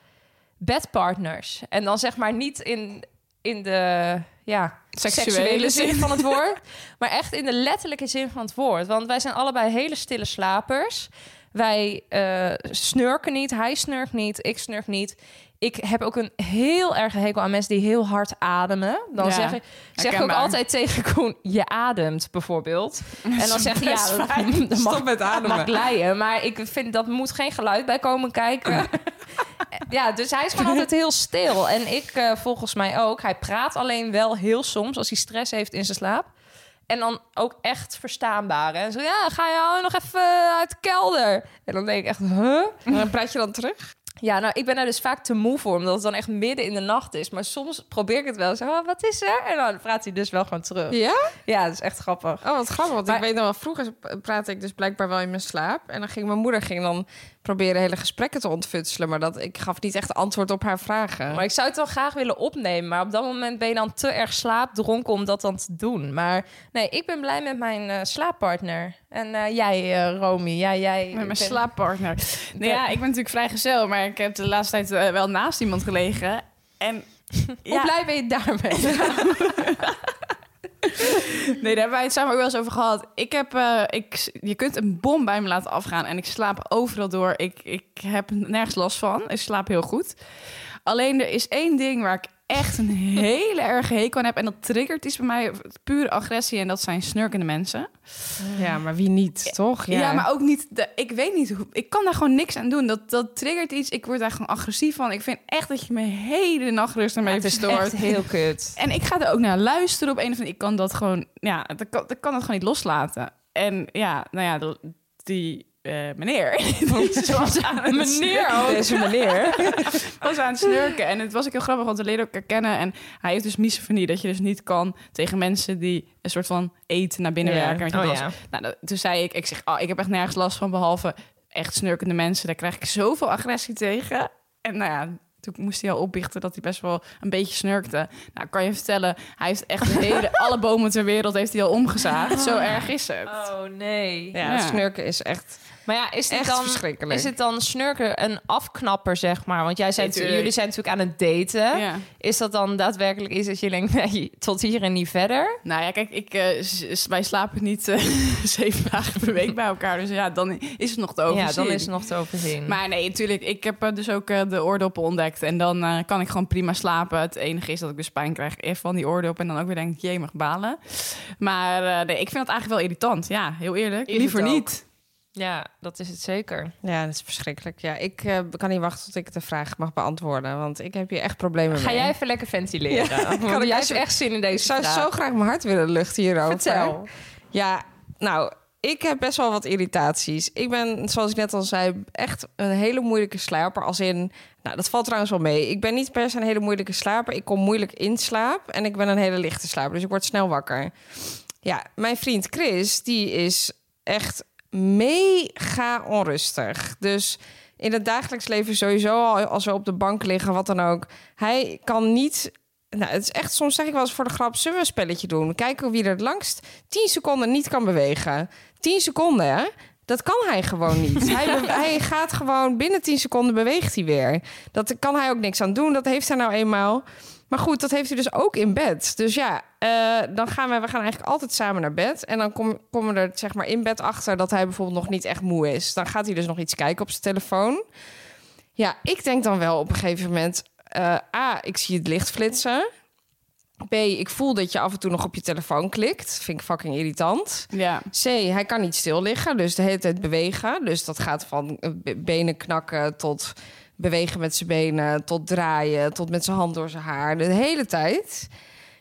F: bedpartners. En dan zeg maar niet in, in de ja,
D: Seksuele
F: seksuele,
D: zin.
F: zin. van het woord. maar echt in de letterlijke zin van het woord. Want wij zijn allebei hele stille slapers. Wij eh, snurken niet. Hij snurkt niet. Ik snurk niet. Ik heb ook een heel erg hekel aan mensen die heel hard ademen. Dan
D: Ja,
F: zeg ik, zeg ik ook
D: herkenbaar.
F: altijd tegen Koen, je ademt bijvoorbeeld. En dan zeg je, ja, dat- dat mag,
E: Stop met ademen.
F: mag glijden. Maar ik vind, dat moet geen geluid bij komen kijken. ja, dus hij is gewoon altijd heel stil. En ik eh, volgens mij ook. Hij praat alleen wel heel soms als hij stress heeft in zijn slaap. En dan ook echt verstaanbaar. En zo, ja, ga je al nog even eh, uit de kelder? En dan denk ik echt, huh?
E: En dan praat je dan terug?
F: Ja, nou, ik ben daar dus vaak te moe voor, omdat het dan echt midden in de nacht is. Maar soms probeer ik het wel. Zeg, oh, wat is er? En dan praat hij dus wel gewoon terug.
E: Ja?
F: Ja, dat is echt grappig.
E: Oh, wat grappig. Want
F: Maar-
E: ik weet nog wel, vroeger praatte ik dus blijkbaar wel in mijn slaap. En dan ging mijn moeder ging dan proberen hele gesprekken te ontfutselen. Maar dat, ik gaf niet echt antwoord op haar vragen.
F: Maar ik zou het dan graag willen opnemen. Maar op dat moment ben je dan te erg slaapdronken om dat dan te doen. Maar nee, ik ben blij met mijn eh, slaappartner. En eh, jij, eh, Romy. Ja, jij.
D: Met
F: ik
D: mijn
F: ben-
D: slaappartner. Nou ja, ik ben natuurlijk vrijgezel, maar ik heb de laatste tijd eh, wel naast iemand gelegen. En
F: Hoe blij ben je daarmee?
D: nee, daar hebben wij het samen ook wel eens over gehad. Ik heb, eh, ik, je kunt een bom bij me laten afgaan en ik slaap overal door. Ik, ik heb nergens last van. Ik slaap heel goed. Alleen er is één ding waar ik echt een hele erge hekel aan heb. En dat triggert iets bij mij, pure agressie. En dat zijn snurkende mensen.
E: Ja, maar wie niet, toch?
D: Ja, maar ook niet. De, ik weet niet hoe. Ik kan daar gewoon niks aan doen. Dat, dat triggert iets. Ik word daar gewoon agressief van. Ik vind echt dat je mijn hele nachtrust ermee
F: Het is
D: verstoort.
F: echt heel kut.
D: En ik ga er ook naar luisteren op een of andere. Ik kan dat gewoon. Ja, dat kan, dat kan het gewoon niet loslaten. En ja, nou ja, dat- die eh, meneer. die is zoals aan het
F: Meneer
D: snurken-
F: ook.
E: Deze meneer.
D: was aan het snurken. En het was ook heel grappig, want we leren elkaar kennen. En hij heeft dus misofonie, dat je dus niet kan tegen mensen die een soort van eten naar binnen
E: Ja.
D: werken. Met je
F: Oh,
D: tas.
F: ja.
D: nou, dat- toen zei ik, ik zeg, oh, ik heb echt nergens last van, behalve echt snurkende mensen. Daar krijg ik zoveel agressie tegen. En nou ja, toen moest hij al opbiechten dat hij best wel een beetje snurkte. Nou, kan je vertellen, hij heeft echt de hele, alle bomen ter wereld heeft hij al omgezaagd. Zo erg is het.
F: Oh nee.
E: Ja,
D: Ja.
E: snurken is echt...
F: Maar ja, is dit,
E: Echt
F: dan,
E: verschrikkelijk.
F: is het dan snurken een afknapper, zeg maar? Want jij zei,
D: Nee, tuurlijk.
F: jullie zijn natuurlijk aan het daten.
D: Ja.
F: Is dat dan daadwerkelijk iets dat je denkt, nee, tot hier en niet verder?
D: Nou ja, kijk, ik, eh, s- s- wij slapen niet eh, zeven dagen per week bij elkaar. Dus ja, dan is het nog te overzien.
F: Ja, dan is het nog te overzien.
D: Maar nee, natuurlijk. Ik heb eh, dus ook eh, de oordoppen ontdekt. En dan eh, kan ik gewoon prima slapen. Het enige is dat ik dus pijn krijg eh, van die oordop. En dan ook weer denk ik, jee, mag balen. Maar eh, nee, ik vind dat eigenlijk wel irritant. Ja, heel eerlijk.
F: het
D: Liever
F: ook?
D: niet.
F: ja, dat is het zeker.
E: Ja, dat is verschrikkelijk. Ja, ik eh, kan niet wachten tot ik de vraag mag beantwoorden. Want ik heb hier echt problemen
F: Ga
E: mee.
F: jij even lekker ventileren?
E: ik
F: Want jij hebt
E: even-
F: echt zin in
E: Ik
F: deze
E: zou
F: vraag.
E: zo graag mijn hart willen luchten hierover.
F: Vertel.
E: Ja, nou, ik heb best wel wat irritaties. Ik ben, zoals ik net al zei, echt een hele moeilijke slaper. Als in, nou, dat valt trouwens wel mee. Ik ben niet per se een hele moeilijke slaper. Ik kom moeilijk in slaap en ik ben een hele lichte slaper. Dus ik word snel wakker. Ja, mijn vriend Chris, die is echt mega onrustig. Dus in het dagelijks leven sowieso al als we op de bank liggen, wat dan ook. Hij kan niet... Nou, het is echt, soms zeg ik wel eens voor de grap, zullen we een spelletje doen? Kijken wie er het langst 10 seconden niet kan bewegen. 10 seconden, hè? Dat kan hij gewoon niet. hij, be- hij gaat gewoon binnen 10 seconden beweegt hij weer. Dat kan hij ook niks aan doen. Dat heeft hij nou eenmaal. Maar goed, dat heeft hij dus ook in bed. Dus ja, eh, dan gaan we, we gaan eigenlijk altijd samen naar bed. En dan kom- komen we er zeg maar in bed achter dat hij bijvoorbeeld nog niet echt moe is. Dan gaat hij dus nog iets kijken op zijn telefoon. Ja, ik denk dan wel op een gegeven moment... eh, A, ik zie het licht flitsen. B, ik voel dat je af en toe nog op je telefoon klikt. Vind ik fucking irritant.
D: Ja.
E: C, hij kan niet stil liggen, dus de hele tijd bewegen. Dus dat gaat van eh, be- benen knakken tot bewegen met zijn benen, tot draaien, tot met zijn hand door zijn haar. De hele tijd.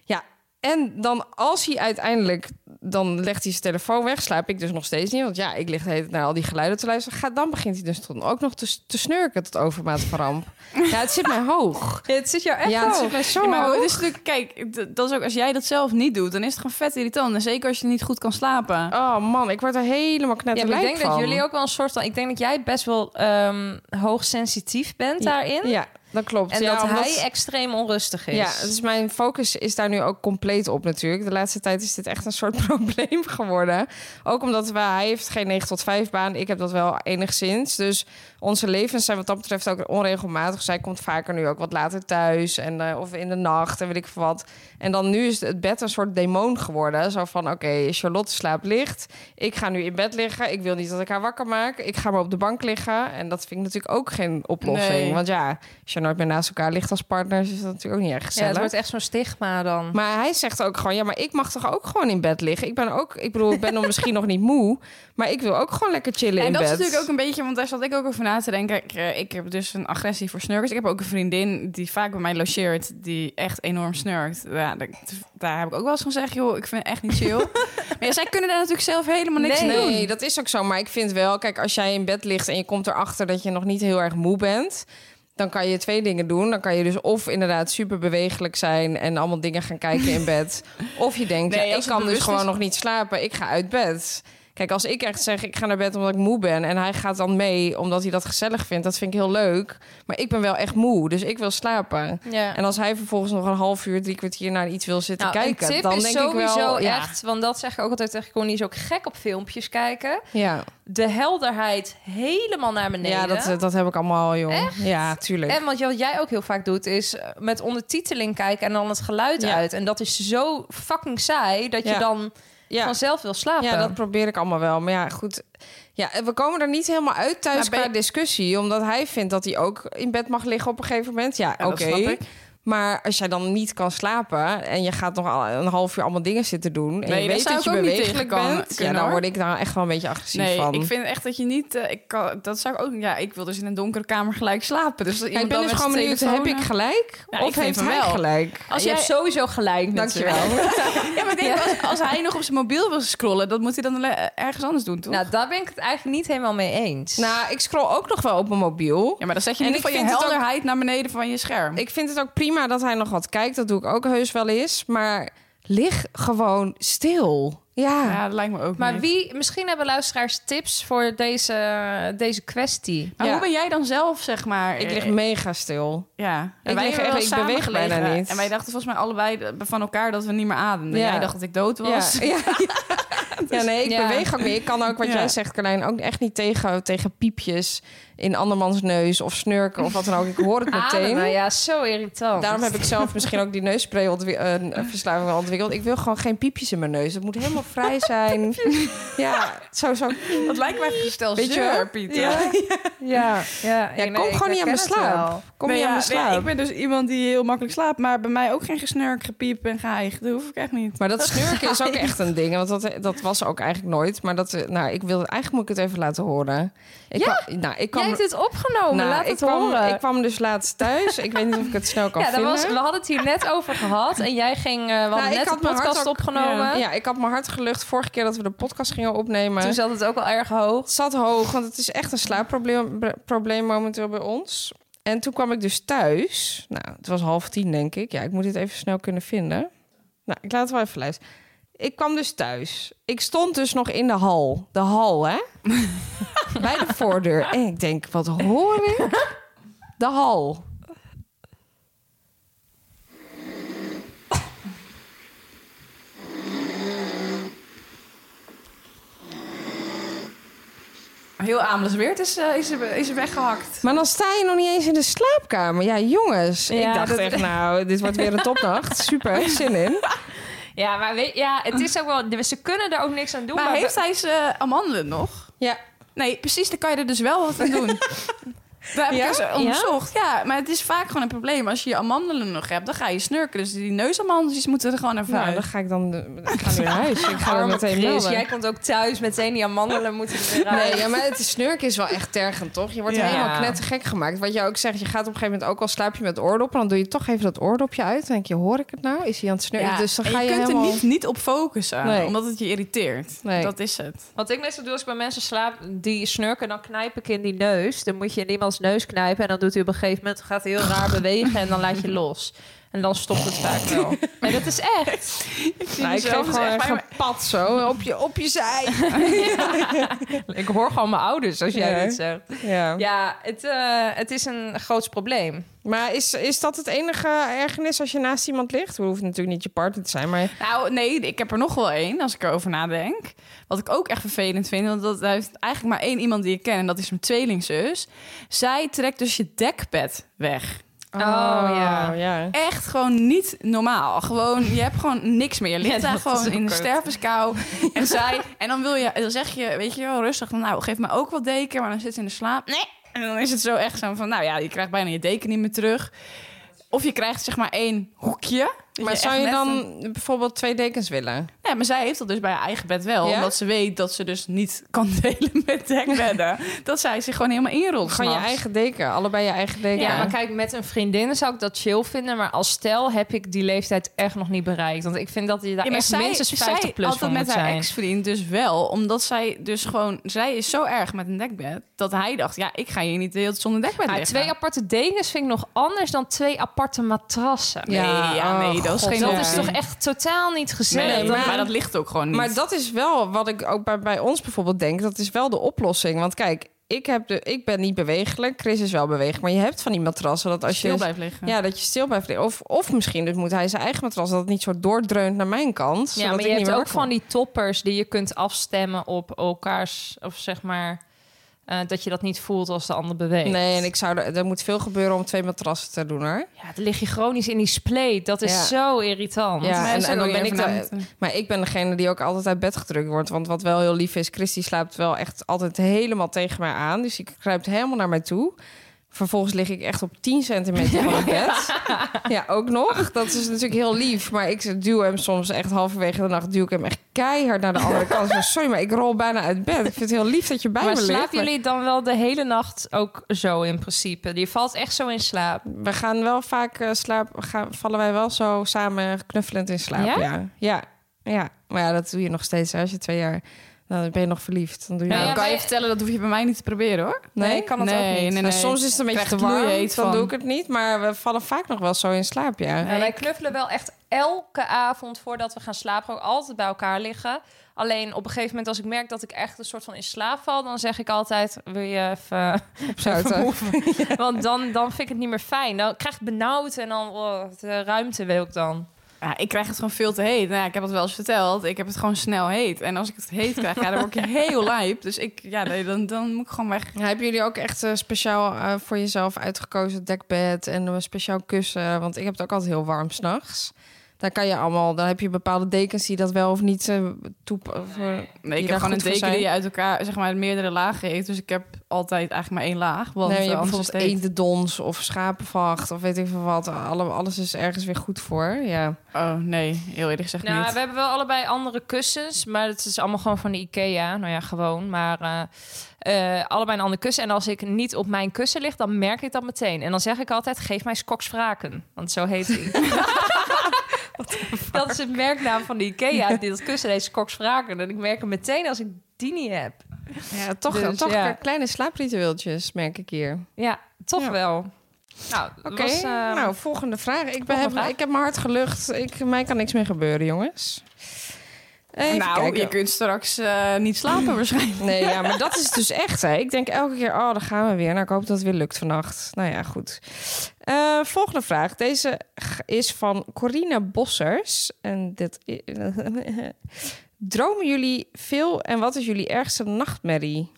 E: Ja, en dan als hij uiteindelijk, dan legt hij zijn telefoon weg, slaap ik dus nog steeds niet. Want ja, ik lig de hele tijd naar al die geluiden te luisteren. Ga, dan begint hij dus tot, ook nog te, s- te snurken tot overmaat van ramp. Ja, het zit mij hoog.
F: Ja, het zit jou echt
E: ja, het zit mij
D: Ja,
E: zo
D: maar
E: hoog.
D: het is natuurlijk, kijk, d- dat is ook als jij dat zelf niet doet, dan is het gewoon vet irritant. En zeker als je niet goed kan slapen.
E: Oh man, ik word er helemaal
F: Ja,
E: knetterlijk
F: maar
E: van.
F: ik denk dat jullie ook wel een soort van... Ik denk dat jij best wel ehm hoogsensitief bent daarin.
E: Ja, dat klopt.
F: En
E: ja,
F: dat
E: omdat-
F: hij extreem onrustig is.
E: Ja, dus mijn focus is daar nu ook compleet op natuurlijk. De laatste tijd is dit echt een soort probleem geworden. Ook omdat we, hij heeft geen 9 tot 5 baan. Ik heb dat wel enigszins. Dus onze levens zijn wat dat betreft ook onregelmatig. Zij komt vaker nu ook wat later thuis. En, eh, of in de nacht en weet ik veel wat. En dan nu is het bed een soort demon geworden. Zo van, oké, Charlotte slaapt licht. Ik ga nu in bed liggen. Ik wil niet dat ik haar wakker maak. Ik ga maar op de bank liggen. En dat vind ik natuurlijk ook geen oplossing.
D: Nee.
E: Want ja, als je nooit meer naast elkaar ligt als partners... is dat natuurlijk ook niet erg
F: Ja,
E: gezellig.
F: het wordt echt zo'n stigma dan.
E: Maar hij zegt ook gewoon, ja, maar ik mag toch ook gewoon in bed liggen. Ik ben ook, ik bedoel, ik ben dan misschien nog niet moe, maar ik wil ook gewoon lekker chillen
D: En
E: in
D: dat
E: bed.
D: is natuurlijk ook een beetje, want daar zat ik ook over na te denken. Ik, eh, ik heb dus een agressie voor snurkers. Ik heb ook een vriendin die vaak bij mij logeert, die echt enorm snurkt. Ja, daar, daar heb ik ook wel eens van gezegd, joh, ik vind het echt niet chill. maar ja, zij kunnen daar natuurlijk zelf helemaal niks aan
E: nee,
D: doen.
E: nee, dat is ook zo. Maar ik vind wel, kijk, als jij in bed ligt en je komt erachter dat je nog niet heel erg moe bent, dan kan je twee dingen doen. Dan kan je dus of inderdaad super bewegelijk zijn en allemaal dingen gaan kijken in bed. of je denkt,
D: Nee,
E: ja, ik
D: als het
E: kan dus
D: bewust
E: gewoon
D: is-
E: nog niet slapen, ik ga uit bed. Kijk, als ik echt zeg, ik ga naar bed omdat ik moe ben en hij gaat dan mee omdat hij dat gezellig vindt, dat vind ik heel leuk. Maar ik ben wel echt moe, dus ik wil slapen.
F: Ja.
E: En als hij vervolgens nog een half uur, drie kwartier naar iets wil zitten
F: Nou,
E: kijken,
F: een tip
E: dan
F: is
E: denk ik
F: sowieso
E: wel, ja,
F: echt, want dat zeg ik ook altijd tegen Connie, is ook gek op filmpjes kijken.
E: ja.
F: De helderheid helemaal naar beneden.
E: ja dat, dat heb ik allemaal, joh.
F: Echt?
E: Ja, tuurlijk.
F: En wat j- wat jij ook heel vaak doet, is eh, met ondertiteling kijken en dan het geluid
E: Ja.
F: uit. En dat is zo fucking saai dat je
E: Ja.
F: dan
E: ja.
F: vanzelf wil slapen.
E: ja, dat probeer ik allemaal wel. Maar ja, goed. Ja, we komen er niet helemaal uit thuis
D: Maar ben
E: qua
D: je-
E: discussie, omdat hij vindt dat hij ook in bed mag liggen op een gegeven moment. Ja,
D: Ja, dat
E: oké.
D: snap ik.
E: Maar als jij dan niet kan slapen en je gaat nog al- een half uur allemaal dingen zitten doen en
D: Nee,
E: je
D: daar
E: weet
D: zou
E: dat je
D: ik ook niet
E: bewegelijk
D: tegen kan-
E: bent, ja,
D: kunnen,
E: dan
D: hoor.
E: word ik daar echt wel een beetje agressief
D: Nee,
E: van.
D: ik vind echt dat je niet. eh, ik kan, dat zou ik ook. Ja, ik wil dus in een donkere kamer gelijk slapen. Dus
E: Ja, ik ben dus gewoon benieuwd, heb ik gelijk
D: Ja, ik
E: of
D: vind
E: heeft
D: van
E: hij
D: wel.
E: gelijk?
D: Als
F: je
D: jij,
F: hebt sowieso gelijk natuurlijk.
E: Dankjewel.
D: ja, maar ik denk, als, als hij nog op zijn mobiel wil scrollen, dat moet hij dan le- eh, ergens anders doen, toch?
F: Nou, daar ben ik het eigenlijk niet helemaal mee eens.
E: Nou, ik scroll ook nog wel op mijn mobiel.
D: ja, maar dan zet je
E: en
D: in ieder
E: ik
D: geval je
E: vind het ook-
D: helderheid naar beneden van je scherm.
E: Ik vind het ook prima dat hij nog wat kijkt. Dat doe ik ook heus wel eens. Maar lig gewoon stil. Ja.
D: ja, dat lijkt me ook.
F: maar
D: niet.
F: wie, misschien hebben luisteraars tips voor deze, deze kwestie.
D: Maar
E: Ja.
D: hoe ben jij dan zelf, zeg maar?
E: Ik lig
D: eh,
E: mega stil.
D: Ja.
E: Ik
D: En
E: lig
D: hebben
E: echt-
D: wel
E: ik
D: samen
E: beweeg
D: gelegen.
E: bijna niet.
D: En wij dachten volgens mij allebei van elkaar dat we niet meer ademden.
E: Ja.
D: Jij dacht dat ik dood was.
E: Ja, ja. Ja, nee, ik
F: Ja.
E: beweeg ook mee. Ik kan ook wat
D: Ja.
E: jij zegt, Carlijn, ook echt niet tegen, tegen piepjes in andermans neus of snurken of wat dan ook. Ik hoor het meteen.
F: Ademen, ja, zo irritant.
E: Daarom heb ik zelf misschien ook die neusspray ontwi- eh, een verslaving wel ontwikkeld. Ik wil gewoon geen piepjes in mijn neus. Het moet helemaal vrij zijn. ja, zo, zo.
D: Dat lijkt mij gestel
E: Weet je wel?
D: zeur, Pieter.
E: Ja,
F: Ja, ja,
E: Ja, kom gewoon niet aan mijn slaap. Kom
D: Nee,
E: niet aan
D: ja,
E: mijn
D: nee,
E: slaap.
D: ik ben dus iemand die heel makkelijk slaapt, maar bij mij ook geen gesnurk, gepiep en geëig. Dat hoef ik echt niet.
E: Maar dat snurken is ook echt een ding. Want dat, dat was ook eigenlijk nooit. Maar dat, eh, nou, ik wil, eigenlijk moet ik het even laten horen. Ik
F: Ja?
E: kwam- nou, ik
F: Jij
E: kwam,
F: hebt dit opgenomen,
E: nou,
F: laat
E: ik
F: het
E: kwam,
F: horen.
E: Ik kwam dus laatst thuis. ik weet niet of ik het snel kan
F: ja, dat
E: vinden. Nou,
F: was, we hadden het hier net over gehad. En jij ging, eh we hadden
E: ik
F: net
E: had
F: een
E: mijn hart
F: podcast
E: ook-
F: opgenomen.
E: Ja, ik had mijn hart gelucht vorige keer dat we de podcast gingen opnemen.
F: Toen zat het ook al erg hoog.
E: Het zat hoog, want het is echt een slaapprobleem br- probleem momenteel bij ons. En toen kwam ik dus thuis. Nou, het was half tien, denk ik. Ja, ik moet dit even snel kunnen vinden. Nou, ik laat het wel even luisteren. Ik kwam dus thuis. Ik stond dus nog in de hal. De hal, hè? Bij de voordeur. En ik denk, wat hoor ik? De hal.
D: Heel Amelisweert is, eh, is, er- is er weggehakt.
E: Maar dan sta je nog niet eens in de slaapkamer. Ja, jongens.
F: Ja,
E: ik dacht
F: dat-
E: echt, nou, dit wordt weer een topnacht. Super, zin in.
F: Ja, maar weet, ja, het is ook wel... Ze kunnen er ook niks aan doen.
D: Maar,
F: we-
D: heeft hij zijn amandelen nog?
E: Ja,
D: Nee, precies, daar kan je er dus wel wat aan doen. Daar heb
E: Ja?
D: ik dus eens onderzocht. Ja? maar het is vaak gewoon een probleem. Als je je amandelen nog hebt, dan ga je snurken. Dus die neusamandeltjes moeten er gewoon naar
E: Nou,
D: vuil.
E: dan ga ik dan ik ga nu naar huis. Ik ga er
F: Arme
E: meteen
F: Oh, Chris,
E: melden.
F: jij komt ook thuis meteen die amandelen moeten er weer uit.
E: Nee, ja, maar het snurken is wel echt tergend, toch? Je wordt
D: Ja.
E: helemaal knettergek gemaakt. Wat jij ook zegt, je gaat op een gegeven moment ook al slaap je met oordop... en dan doe je toch even dat oordopje uit. Dan denk je, hoor ik het nou? Is hij aan het snurken?
D: Ja,
E: Dus dan
D: en
E: ga je,
D: kunt
E: helemaal...
D: er niet, niet op focussen,
E: Nee.
D: omdat het je irriteert.
E: Nee.
D: Dat is het.
F: Wat ik meestal doe als ik bij mensen slaap die snurken, dan knijp ik in die neus. Dan moet je in iemands neus knijpen en dan doet hij op een gegeven moment, gaat hij heel raar bewegen en dan laat je los. En dan stopt het vaak wel. Maar dat is echt.
E: Nou, ik geef
F: dus
E: gewoon echt een pad zo op je, op je zij.
F: Ik hoor gewoon mijn ouders als jij
E: Ja.
F: dit zegt.
E: Ja.
F: Ja, het, eh, het is een groot probleem.
E: Maar is, is dat het enige ergernis als je naast iemand ligt? Het hoeft natuurlijk niet je partner te zijn, maar...
D: Nou, nee, ik heb er nog wel één, als ik erover nadenk. Wat ik ook echt vervelend vind, want dat heeft eigenlijk maar één iemand die ik ken... en dat is mijn tweelingzus. Zij trekt dus je dekbed weg.
F: Oh, ja.
E: ja.
D: Echt gewoon niet normaal. Gewoon, je hebt gewoon niks meer. Je ligt
F: Ja,
D: daar
F: dat is
D: gewoon
F: ook
D: in de
F: kut.
D: stervenskou. En, zij, en dan, wil je, dan zeg je, weet je wel, rustig... nou, geef me ook wat deken, maar dan zit ze in de slaap. Nee! En dan is het zo echt zo van, nou ja, je krijgt bijna je deken niet meer terug. Of je krijgt zeg maar één hoekje. dat
E: Maar
D: echt
E: zou je
D: net
E: dan
D: een-
E: bijvoorbeeld twee dekens willen?
D: Ja, maar zij heeft dat dus bij haar eigen bed wel.
E: Ja?
D: Omdat ze weet dat ze dus niet kan delen met dekbedden. dat zij zich gewoon helemaal inrolt.
E: Gewoon je
D: s'nachts.
E: eigen deken, allebei je eigen deken.
F: Ja, maar kijk, met een vriendin zou ik dat chill vinden. Maar als stel heb ik die leeftijd echt nog niet bereikt. Want ik vind dat je daar
D: Ja, maar
F: echt
D: zij,
F: minstens
D: zij
F: 50 plus
D: had dat
F: van
D: met
F: moet
D: haar
F: zijn.
D: ex-vriend dus wel. Omdat zij dus gewoon... Zij is zo erg met een dekbed. Dat hij dacht, ja, ik ga hier niet de hele tijd zonder dekbed
F: Maar
D: liggen.
F: twee aparte dekens vind ik nog anders dan twee aparte matrassen.
D: Nee, ja,
E: Ja,
D: nee,
E: oh,
D: dat is
E: god,
D: geen
F: Dat
E: Ja.
F: is toch echt totaal niet
D: Nee,
F: gezellig.
E: Nee,
D: maar,
E: maar-
D: dat ligt ook gewoon niet.
E: Maar dat is wel wat ik ook bij, bij ons bijvoorbeeld denk. Dat is wel de oplossing. Want kijk, ik, heb de, ik ben niet bewegelijk. Chris is wel bewegelijk. Maar je hebt van die matrassen dat als
D: stil
E: je...
D: blijft liggen.
E: Ja, dat je stil blijft liggen. Of, of misschien dus moet hij zijn eigen matras... dat het niet zo doordreunt naar mijn kant.
F: Ja,
E: zodat
F: maar
E: ik
F: je
E: niet
F: hebt
E: meer
F: ook
E: wakker
F: van
E: word.
F: die toppers die je kunt afstemmen op elkaars... of zeg maar, eh, dat je dat niet voelt als de ander beweegt.
E: Nee, en ik zou... Er, er moet veel gebeuren om twee matrassen te doen, hoor.
F: Ja, dan lig je chronisch in die spleet. Dat is
E: Ja.
F: zo irritant.
E: Ja,
D: Maar
E: en,
D: zo
E: en
D: wil
E: dan
D: je
E: ben ik...
D: vanavond,
E: de-
D: eh.
E: maar ik ben degene die ook altijd uit bed gedrukt wordt. Want wat wel heel lief is... Chris die slaapt wel echt altijd helemaal tegen mij aan. Dus die kruipt helemaal naar mij toe. Vervolgens lig ik echt op 10 centimeter van het bed. Ja, ook nog. Dat is natuurlijk heel lief. Maar ik duw hem soms echt halverwege de nacht... duw ik hem echt keihard naar de andere kant. Van, sorry, maar ik rol bijna uit bed. Ik vind het heel lief dat je bij
F: maar
E: me ligt.
F: slapen jullie dan wel de hele nacht ook zo in principe? Je valt echt zo in slaap.
E: We gaan wel vaak eh, slaap, gaan, vallen wij wel zo samen knuffelend in slaap.
F: Ja?
E: Ja? Ja, ja, Maar ja, dat doe je nog steeds. hè. Als je twee jaar, dan ben je nog verliefd. Dan doe je
D: Nou,
F: Ja,
E: dat.
D: dan kan
F: wij-
D: je vertellen, dat hoef je bij mij niet te proberen, hoor.
E: Nee,
F: nee,
E: ik kan dat
D: nee,
E: ook niet.
D: nee, nee.
E: Nou, soms is het een beetje
D: Krijg
E: te
D: ik
E: warm, dan
D: knoeiheet van.
E: doe ik het niet. Maar we vallen vaak nog wel zo in slaap, ja.
F: Ja, wij knuffelen wel echt elke avond voordat we gaan slapen. Ook altijd bij elkaar liggen. Alleen op een gegeven moment, als ik merk dat ik echt een soort van in slaap val, dan zeg ik altijd: Wil je even.
E: Opzouten.
F: Want dan, dan vind ik het niet meer fijn. Dan krijg ik benauwd en dan. oh, de ruimte wil ik dan.
D: Ja, ik krijg het gewoon veel te heet. Nou, ja, ik heb het wel eens verteld. Ik heb het gewoon snel heet. En als ik het heet krijg, ja, dan word ik heel lijp. Dus ik, ja, nee, dan, dan moet ik gewoon weg.
E: Hebben jullie ook echt eh, speciaal eh, voor jezelf uitgekozen dekbed en een speciaal kussen? Want ik heb het ook altijd heel warm s'nachts. Daar kan je allemaal, dan heb je bepaalde dekens die dat wel of niet eh toepassen. of, eh, je
D: Nee, ik
E: daar
D: heb gewoon een
E: goed voor
D: deken
E: zijn?
D: die je uit elkaar, zeg maar, meerdere lagen heeft. Dus ik heb altijd eigenlijk maar één laag. Want
E: nee, je
D: eh,
E: hebt
D: anders
E: bijvoorbeeld
D: is het heet.
E: eendendons of schapenvacht of weet ik veel wat. Alle, alles is ergens weer goed voor. Ja.
D: Oh, nee, heel eerlijk gezegd
F: Nou,
D: niet.
F: we hebben wel allebei andere kussens, maar het is allemaal gewoon van de IKEA. Nou ja, gewoon, maar eh, eh, allebei een ander kussen. En als ik niet op mijn kussen lig, dan merk ik dat meteen. En dan zeg ik altijd, geef mij skoksvraken, want zo heet hij. dat is het merknaam van de IKEA. Dit kussen heet skoksvraken. En ik merk hem meteen als ik die niet heb.
E: Ja, toch
F: Dus,
E: toch
F: ja.
E: weer kleine slaapritueeltjes merk ik hier.
F: Ja, toch
E: Ja.
F: wel. Nou,
E: Oké,
F: was, eh,
E: nou, volgende vraag. Ik, ben,
F: volgende
E: heb,
F: vraag.
E: ik heb mijn hart gelucht. Ik, mij kan niks meer gebeuren, jongens. Even
D: nou,
E: kijken.
D: je kunt straks eh, niet slapen waarschijnlijk.
E: Nee, ja, maar dat is dus echt. Hè. Ik denk elke keer, oh, daar gaan we weer. Nou, ik hoop dat het weer lukt vannacht. Nou ja, goed. Eh, volgende vraag. Deze g- is van Corine Bossers. En dit... i- Dromen jullie veel en wat is jullie ergste nachtmerrie?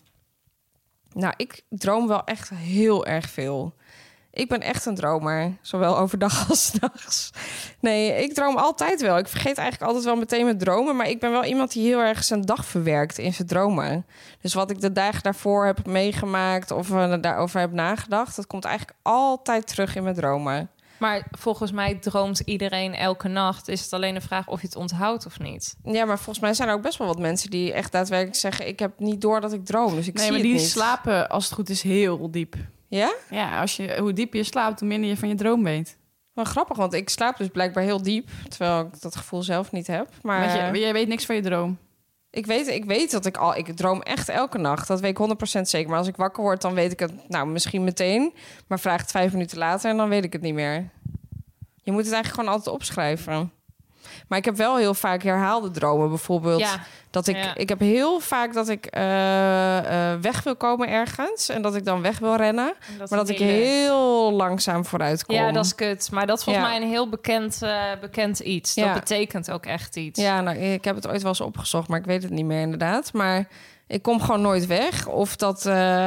E: Nou, ik droom wel echt heel erg veel. Ik ben echt een dromer, zowel overdag als 's nachts. Nee, ik droom altijd wel. Ik vergeet eigenlijk altijd wel meteen mijn dromen, maar ik ben wel iemand die heel erg zijn dag verwerkt in zijn dromen. Dus wat ik de dagen daarvoor heb meegemaakt of eh, daarover heb nagedacht, dat komt eigenlijk altijd terug in mijn dromen.
F: maar volgens mij droomt iedereen elke nacht. Is het alleen een vraag of je het onthoudt of niet?
E: Ja, maar volgens mij zijn er ook best wel wat mensen die echt daadwerkelijk zeggen: ik heb niet door dat ik droom, dus ik
D: Nee,
E: zie
D: maar
E: het
D: die
E: niet.
D: slapen, als het goed is, heel diep.
E: Ja?
D: Ja, als je, hoe dieper je slaapt, hoe minder je van je droom weet.
E: Wel grappig, want ik slaap dus blijkbaar heel diep, terwijl ik dat gevoel zelf niet heb. Maar
D: Want je, je weet niks van je droom.
E: Ik weet, ik weet dat ik al... Ik droom echt elke nacht. Dat weet ik 100% zeker. Maar als ik wakker word, dan weet ik het nou misschien meteen. Maar vraag het vijf minuten later en dan weet ik het niet meer. Je moet het eigenlijk gewoon altijd opschrijven. Maar ik heb wel heel vaak herhaalde dromen. Bijvoorbeeld
F: Ja,
E: dat ik...
F: Ja.
E: Ik heb heel vaak dat ik eh, eh, weg wil komen ergens. En dat ik dan weg wil rennen. maar dat ik heel langzaam vooruit kom.
F: Ja, dat is kut. Maar dat is volgens
E: Ja.
F: mij een heel bekend, eh, bekend iets. Dat
E: Ja.
F: betekent ook echt iets.
E: Ja, nou, ik heb het ooit wel eens opgezocht, maar ik weet het niet meer inderdaad. Maar ik kom gewoon nooit weg. Of dat,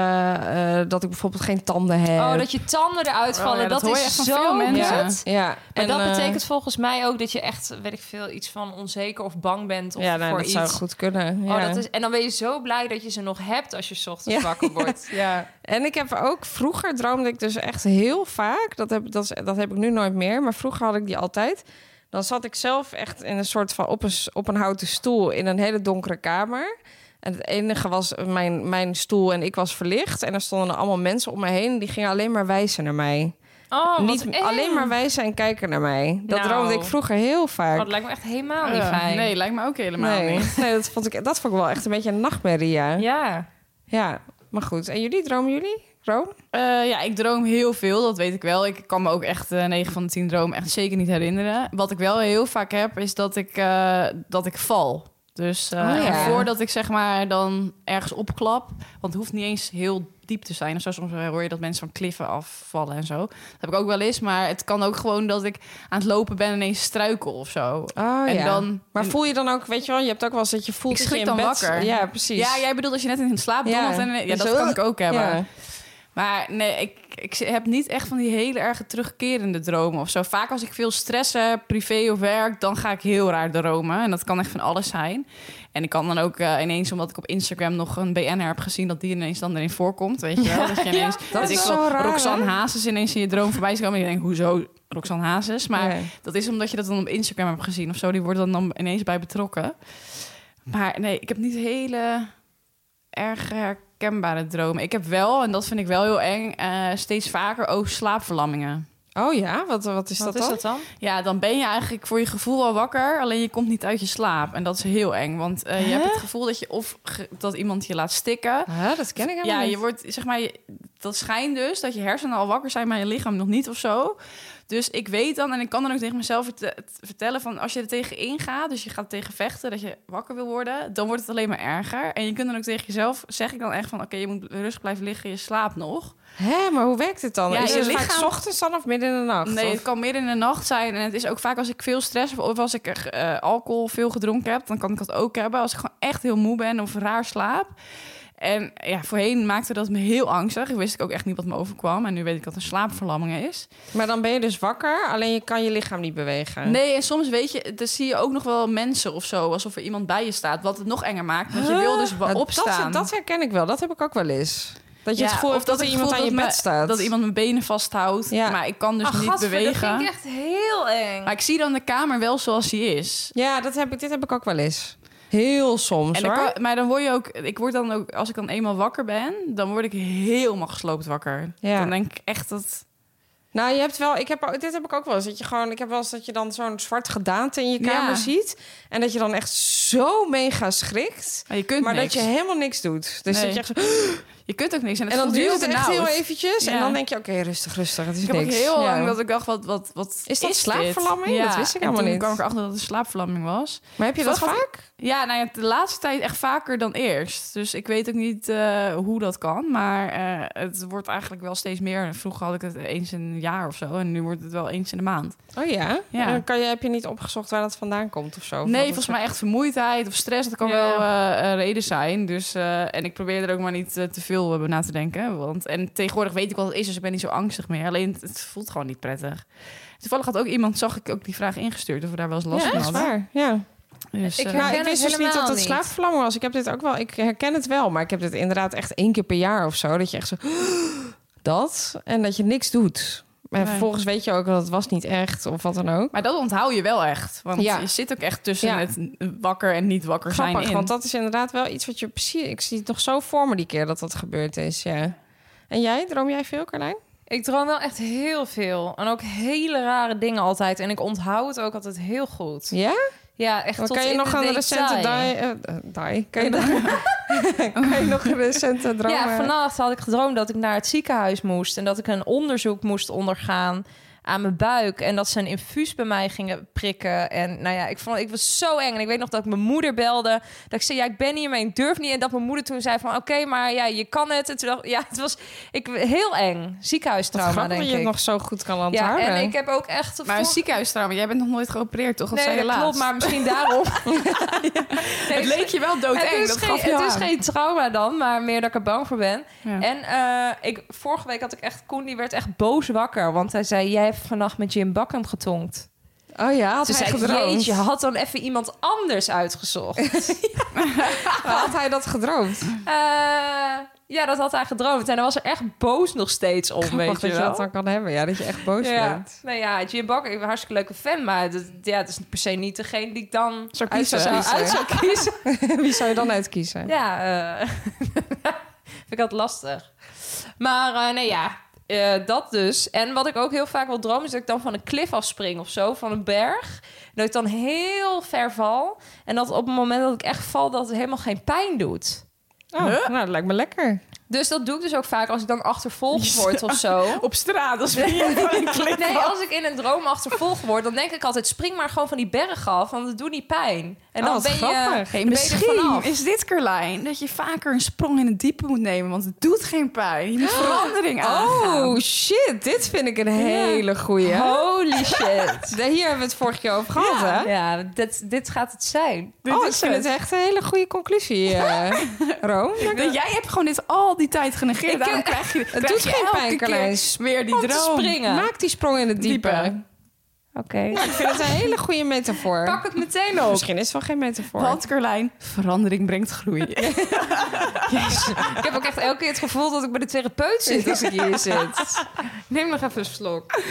E: eh, eh, dat ik bijvoorbeeld geen tanden heb.
F: Oh, dat je tanden eruit
D: Oh,
F: vallen.
D: ja, dat
F: dat
D: hoor je
F: is
D: echt van
F: zo
D: veel mensen.
F: kut.
E: Ja,
F: Maar dat
E: eh,
F: betekent volgens mij ook dat je echt, weet ik veel, iets van onzeker of bang bent of
E: ja, nou,
F: voor
E: dat
F: iets.
E: zou goed kunnen. Ja.
F: oh, dat is, en dan ben je zo blij dat je ze nog hebt als je 's ochtends
E: Ja.
F: wakker wordt.
E: Ja. En ik heb ook vroeger droomde ik dus echt heel vaak. Dat heb, dat, is- dat heb ik nu nooit meer, maar vroeger had ik die altijd. Dan zat ik zelf echt in een soort van op een, s- op een houten stoel in een hele donkere kamer. En het enige was mijn, mijn stoel en ik was verlicht. En er stonden allemaal mensen om me heen. Die gingen alleen maar wijzen naar mij.
F: Oh, wat
E: Niet,
F: eng.
E: alleen maar wijzen en kijken naar mij. Dat
F: Nou.
E: droomde ik vroeger heel
F: Oh,
E: vaak.
F: dat lijkt me echt helemaal niet
D: Ja,
F: fijn.
D: Eh, nee, lijkt me ook helemaal
E: Oh, nee,
D: niet.
E: nee dat, vond ik, dat vond ik wel echt een beetje een nachtmerrie. Ja. Ja.
F: Ja.
E: maar goed. En jullie, dromen jullie? Droom?
D: Eh, ja, ik droom heel veel, dat weet ik wel. Ik kan me ook echt eh 9 van de 10 dromen echt zeker niet herinneren. Wat ik wel heel vaak heb, is dat ik, eh, dat ik val. Dus eh,
E: Oh, ja.
D: voordat ik zeg maar dan ergens opklap, want het hoeft niet eens heel diep te zijn. Of zo, soms eh, hoor je dat mensen van kliffen afvallen en zo. Dat heb ik ook wel eens, maar het kan ook gewoon dat ik aan het lopen ben en ineens struikel of zo.
E: Oh,
D: en
E: ja.
D: dan,
E: Maar
D: en-
E: voel je dan ook, weet je wel, je hebt ook wel eens dat je voelt
D: Ik
E: dat
D: schrik
E: je in
D: dan
E: bed-
D: wakker.
E: Ja, precies.
D: Ja, jij bedoelt als je net in slaap
E: Ja.
D: dommelt. en, eh, ja
E: Dus
D: dat
E: zo-
D: kan ik ook hebben.
E: Ja.
D: Maar nee, ik, ik heb niet echt van die hele erge terugkerende dromen of zo. Vaak als ik veel stress heb, privé of werk, dan ga ik heel raar dromen. En dat kan echt van alles zijn. En ik kan dan ook eh, ineens, omdat ik op Instagram nog een BN'er heb gezien... dat die ineens dan erin voorkomt, weet je wel. Dat, je ineens,
E: Dat is
D: ik
E: zo
D: wel
E: raar, hè?
D: Roxanne Hazes ineens in je droom voorbij is komen. En je denkt, hoezo Roxanne Hazes? Maar
E: Ja.
D: dat is omdat je dat dan op Instagram hebt gezien of zo. Die worden dan, dan ineens bij betrokken. Maar nee, ik heb niet hele erg herkenbare dromen. Ik heb wel, en dat vind ik wel heel eng, eh, steeds vaker ook slaapverlammingen.
E: Oh ja, wat, wat is
F: Wat
E: dat
F: is
E: dan?
F: dat dan?
D: Ja, dan ben je eigenlijk voor je gevoel al wakker, alleen je komt niet uit je slaap. En dat is heel eng, want eh, je hebt het gevoel dat je of ge- dat iemand je laat stikken.
E: Huh, dat ken ik helemaal
D: Ja,
E: niet.
D: je wordt, zeg maar, je- dat schijnt dus dat je hersenen al wakker zijn, maar je lichaam nog niet of zo. Dus ik weet dan en ik kan dan ook tegen mezelf verte- het vertellen van als je er tegen ingaat, dus je gaat tegen vechten, dat je wakker wil worden, dan wordt het alleen maar erger. En je kunt dan ook tegen jezelf, zeg ik dan echt van oké, je moet rustig blijven liggen, je slaapt nog.
E: Hé, maar hoe werkt het dan?
D: Ja,
E: is
D: je
E: het vaak
D: lichaam-
E: 's ochtends dan of midden in de nacht?
D: Nee,
E: Of-
D: het kan midden in de nacht zijn. En het is ook vaak als ik veel stress heb of als ik eh, alcohol veel gedronken heb, dan kan ik dat ook hebben. Als ik gewoon echt heel moe ben of raar slaap. En ja, voorheen maakte dat me heel angstig. Ik wist ik ook echt niet wat me overkwam. En nu weet ik dat een slaapverlamming is.
E: Maar dan ben je dus wakker, alleen je kan je lichaam niet bewegen.
D: Nee, en soms weet je, dan zie je ook nog wel mensen of zo. Alsof er iemand bij je staat. Wat het nog enger maakt. Want je wil dus wel
E: Nou,
D: opstaan.
E: Dat, dat herken ik wel, dat heb ik ook wel eens. Dat je
D: Ja,
E: het gevoel
D: of
E: hebt dat,
D: ik
E: er iemand
D: voel
E: aan je
D: dat
E: bed
D: me-
E: staat.
D: Dat iemand mijn benen vasthoudt.
E: Ja.
D: Maar ik kan dus
F: Ach,
D: niet
F: gadver, dat
D: bewegen.
F: vind ik echt heel eng.
D: Maar ik zie dan de kamer wel zoals die is.
E: Ja, dat heb ik, dit heb ik ook wel eens. Heel soms,
D: En dan
E: hoor.
D: kan- maar dan word je ook, ik word dan ook, als ik dan eenmaal wakker ben, dan word ik helemaal gesloopt wakker.
E: Ja.
D: Dan denk ik echt dat.
E: Nou, je hebt wel, ik heb, dit heb ik ook wel eens. Dat je gewoon, ik heb wel eens dat je dan zo'n zwart gedaante in je
D: Ja.
E: kamer ziet. En dat je dan echt zo mega schrikt.
D: Maar je kunt
E: Maar
D: niks.
E: dat je helemaal niks doet. Dus
D: Nee.
E: dat je echt zo-
D: Je kunt ook niks. En,
E: en dan
D: voelt
E: duurt het echt
D: benauwd.
E: heel eventjes. En
D: Ja.
E: dan denk je, oké, rustig, rustig. Het is
D: Ik heb ook
E: niks.
D: heel
E: Ja.
D: lang dat ik dacht, wat, wat, wat
E: Is dat
D: dit?
E: slaapverlamming?
D: Ja.
E: Dat wist ik
D: en
E: helemaal
D: toen
E: niet.
D: kwam ik erachter dat het slaapverlamming was.
E: Maar heb je dat
D: Zo gaat-
E: vaak?
D: Ja, nou ja, de laatste tijd echt vaker dan eerst. Dus ik weet ook niet eh, hoe dat kan. Maar eh, het wordt eigenlijk wel steeds meer. Vroeger had ik het eens in een jaar of zo. En nu wordt het wel eens in de maand.
E: Oh ja?
D: Ja.
E: En dan kan je, heb je niet opgezocht waar dat vandaan komt of zo? Of
D: Nee,
E: Oh, wat
D: volgens
E: het-
D: mij echt vermoeidheid of stress. Dat kan
F: Ja.
D: wel eh, een reden zijn. Dus, eh, en ik probeer er ook maar niet eh, te veel over na te denken. Want, en tegenwoordig weet ik wat het is, dus ik ben niet zo angstig meer. Alleen het, het voelt gewoon niet prettig. Toevallig had ook iemand, zag ik ook die vraag ingestuurd... of we daar wel eens last
E: Ja,
D: van
E: dat is
D: hadden.
E: waar. Ja.
D: Dus,
F: Ik
D: eh,
E: Nou,
F: herken
E: ik
F: het
E: wist dus niet
F: helemaal
E: dat het
F: niet.
E: slaapverlamming was. Ik heb dit ook wel. Ik herken het wel, maar ik heb dit inderdaad echt één keer per jaar of zo. Dat je echt zo dat en dat je niks doet. Maar
D: Nee.
E: vervolgens weet je ook dat het was niet echt of wat dan ook.
D: maar dat onthoud je wel echt. Want
E: Ja.
D: je zit ook echt tussen
E: Ja.
D: het wakker en niet wakker
E: Grappig,
D: zijn in.
E: want dat is inderdaad wel iets wat je precies. Ik zie het nog zo voor me die keer dat dat gebeurd is. Ja. En jij, droom jij veel, Carlijn?
F: Ik droom wel echt heel veel. En ook hele rare dingen altijd. En ik onthoud het ook altijd heel goed.
E: Ja?
F: Ja, echt tot
E: kan je
F: in
E: nog
F: de
E: een recente die,
F: detail.
E: eh, eh, die? Kan je, nog, kan je nog een recente droom?
F: Ja,
E: eh,
F: vannacht had ik gedroomd dat ik naar het ziekenhuis moest en dat ik een onderzoek moest ondergaan aan mijn buik en dat ze een infuus bij mij gingen prikken. En nou ja, ik vond ik was zo eng en ik weet nog dat ik mijn moeder belde dat ik zei ja, ik ben hier, maar ik durf niet en dat mijn moeder toen zei van oké, maar ja, je kan het. En toen dacht, ja, het was ik heel eng.
E: Wat
F: Ziekenhuistrauma
E: grappig
F: denk
E: dat
F: ik.
E: je het nog zo goed kan
F: ja,
E: onthouden.
F: en ik heb ook echt
D: Maar een
F: vorige-
D: ziekenhuistrauma, jij bent nog nooit geopereerd, toch? Dat
F: Nee,
D: zei je
F: dat
D: laatst.
F: klopt, maar misschien daarom.
D: Het leek je wel doodeng,
F: het is,
D: dat
F: geen,
D: gaf je
F: het is
D: aan.
F: geen trauma dan, maar meer dat ik er bang voor ben.
D: Ja.
F: En eh, ik, vorige week had ik echt... Koen die werd echt boos wakker. Want hij zei, jij hebt vannacht met Jim Buckham getonkt.
E: Oh ja, had
F: Toen
E: hij
F: zei ik,
E: gedroomd?
F: jeetje, had dan even iemand anders uitgezocht.
E: Had hij dat gedroomd?
F: Eh, ja, dat had hij gedroomd. En hij was er echt boos nog steeds om, weet
E: Grappig
F: je
E: dat je
F: wel.
E: dat dan kan hebben. Ja, dat je echt boos
F: ja.
E: bent.
F: Nou ja, Jim Buckham, ik ben een hartstikke leuke fan. Maar dat, ja, dat is per se niet degene die ik dan
D: Zou
F: uit zou,
D: kiezen.
F: uit zou kiezen.
E: Wie zou je dan uitkiezen?
F: Ja, eh, vind ik dat lastig. Maar eh, nee, ja, eh, dat dus. En wat ik ook heel vaak wil dromen... is dat ik dan van een klif afspring of zo, van een berg. En dat ik dan heel ver val. En dat op het moment dat ik echt val... dat het helemaal geen pijn doet.
E: Oh, nou, dat lijkt me lekker.
F: Dus dat doe ik dus ook vaak als ik dan achtervolgd word of zo.
D: Op straat, als ben je van een klip
F: Nee, als ik in een droom achtervolgd word... dan denk ik altijd, spring maar gewoon van die berg af... want het doet niet pijn. En dan
E: Oh, wat
F: ben je...
E: grappig.
D: Hey,
F: Ben je er
D: misschien
F: vanaf?
D: is dit, Carlijn, dat je vaker een sprong in het diepe moet nemen. Want het doet geen pijn. Je moet verandering aangaan.
E: Oh shit, dit vind ik een hele goeie.
F: Holy shit.
E: De- Hier hebben we het vorige keer over gehad, hè?
F: Ja, dit, dit gaat het zijn.
E: oh, ik vind het echt een hele goede conclusie, eh Room.
D: Dat jij hebt gewoon dit al die tijd genegeerd. Daarom krijg je, krijg
E: doet
D: je
E: geen
D: elke
E: pijn,
D: keer
E: Carlijn.
D: weer die
F: Om te
D: droom.
F: springen.
E: Maak die sprong in het diepe.
D: Diepe.
F: Oké.
E: Ik vind het een hele goede metafoor.
F: Pak het meteen op.
E: Misschien is het wel geen metafoor.
D: Nou, Want Carlijn, verandering brengt groei.
F: Ik heb ook echt elke keer het gevoel dat ik bij de therapeut zit als ik hier zit. Neem nog even een slok.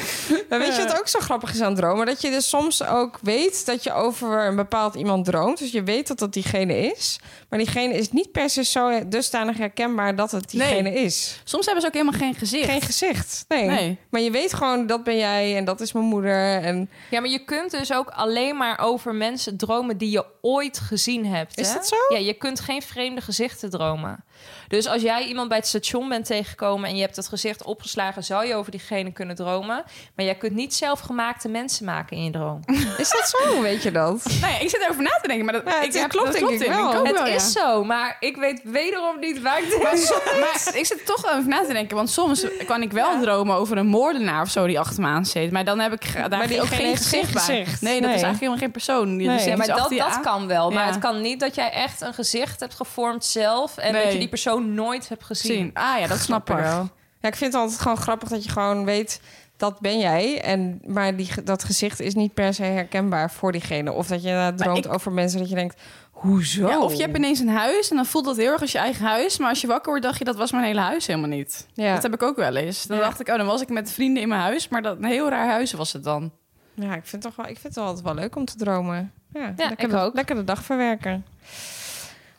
E: Maar weet je wat ook zo grappig is aan dromen? Dat je dus soms ook weet dat je over een bepaald iemand droomt. Dus je weet dat dat diegene is. Maar diegene is niet per se zo dusdanig herkenbaar dat het diegene is.
D: Soms hebben ze ook helemaal geen gezicht.
E: Geen gezicht. Nee.
D: Nee.
E: Maar je weet gewoon dat ben jij en dat is mijn moeder. En
F: Ja, maar je kunt dus ook alleen maar over mensen dromen die je ooit gezien hebt.
E: Is
F: hè?
E: dat zo?
F: Ja, je kunt geen vreemde gezichten dromen. Dus als jij iemand bij het station bent tegengekomen en je hebt het gezicht opgeslagen, zou je over diegene kunnen dromen. Maar jij kunt niet zelfgemaakte mensen maken in je droom.
E: Is dat zo? Weet je dat?
D: Nee, Nou ik zit erover na te denken, maar dat,
E: Ja,
D: ik,
E: het-
D: ja, klopt,
E: dat
D: denk
E: klopt
D: ik
E: wel.
D: wel.
E: Ook
F: het
D: ja.
F: is zo, maar ik weet wederom niet waar ik
D: Maar,
F: dit-
D: so- maar ik zit er toch over na te denken, want soms kan ik wel dromen over een moordenaar of zo die achter me aan zit. Maar dan heb ik ge- daar
E: Maar die
D: geen,
E: ook geen echt
D: gezicht bij.
E: gezicht.
D: Nee, dat
E: Nee.
D: is eigenlijk helemaal geen persoon. Die er
E: Nee.
D: zit
F: Ja, maar
D: iets
F: dat,
D: achter je
F: dat
D: aan.
F: kan wel. Maar
D: Ja.
F: het kan niet dat jij echt een gezicht hebt gevormd zelf... en dat
D: Nee.
F: je die persoon nooit hebt gezien.
D: zien. Ah ja, dat snap ik.
E: wel. Ja, ik vind het altijd gewoon grappig dat je gewoon weet dat ben jij. En, maar die, ge- dat gezicht is niet per se herkenbaar voor diegene. Of dat je inderdaad
D: Maar
E: droomt
D: ik-
E: over mensen dat je denkt, hoezo?
D: Ja, of je hebt ineens een huis en dan voelt dat heel erg als je eigen huis. Maar als je wakker wordt, dacht je dat was mijn hele huis helemaal niet.
E: Ja.
D: Dat heb ik ook wel eens. Dan
E: Ja.
D: dacht ik, oh, dan was ik met vrienden in mijn huis. Maar dat een heel raar huis was het dan.
E: Ja, ik vind, toch wel, ik vind het wel altijd wel leuk om te dromen. Ja,
F: Ja,
E: lekker,
F: ik
E: de-
F: ook.
E: Lekker de dag verwerken.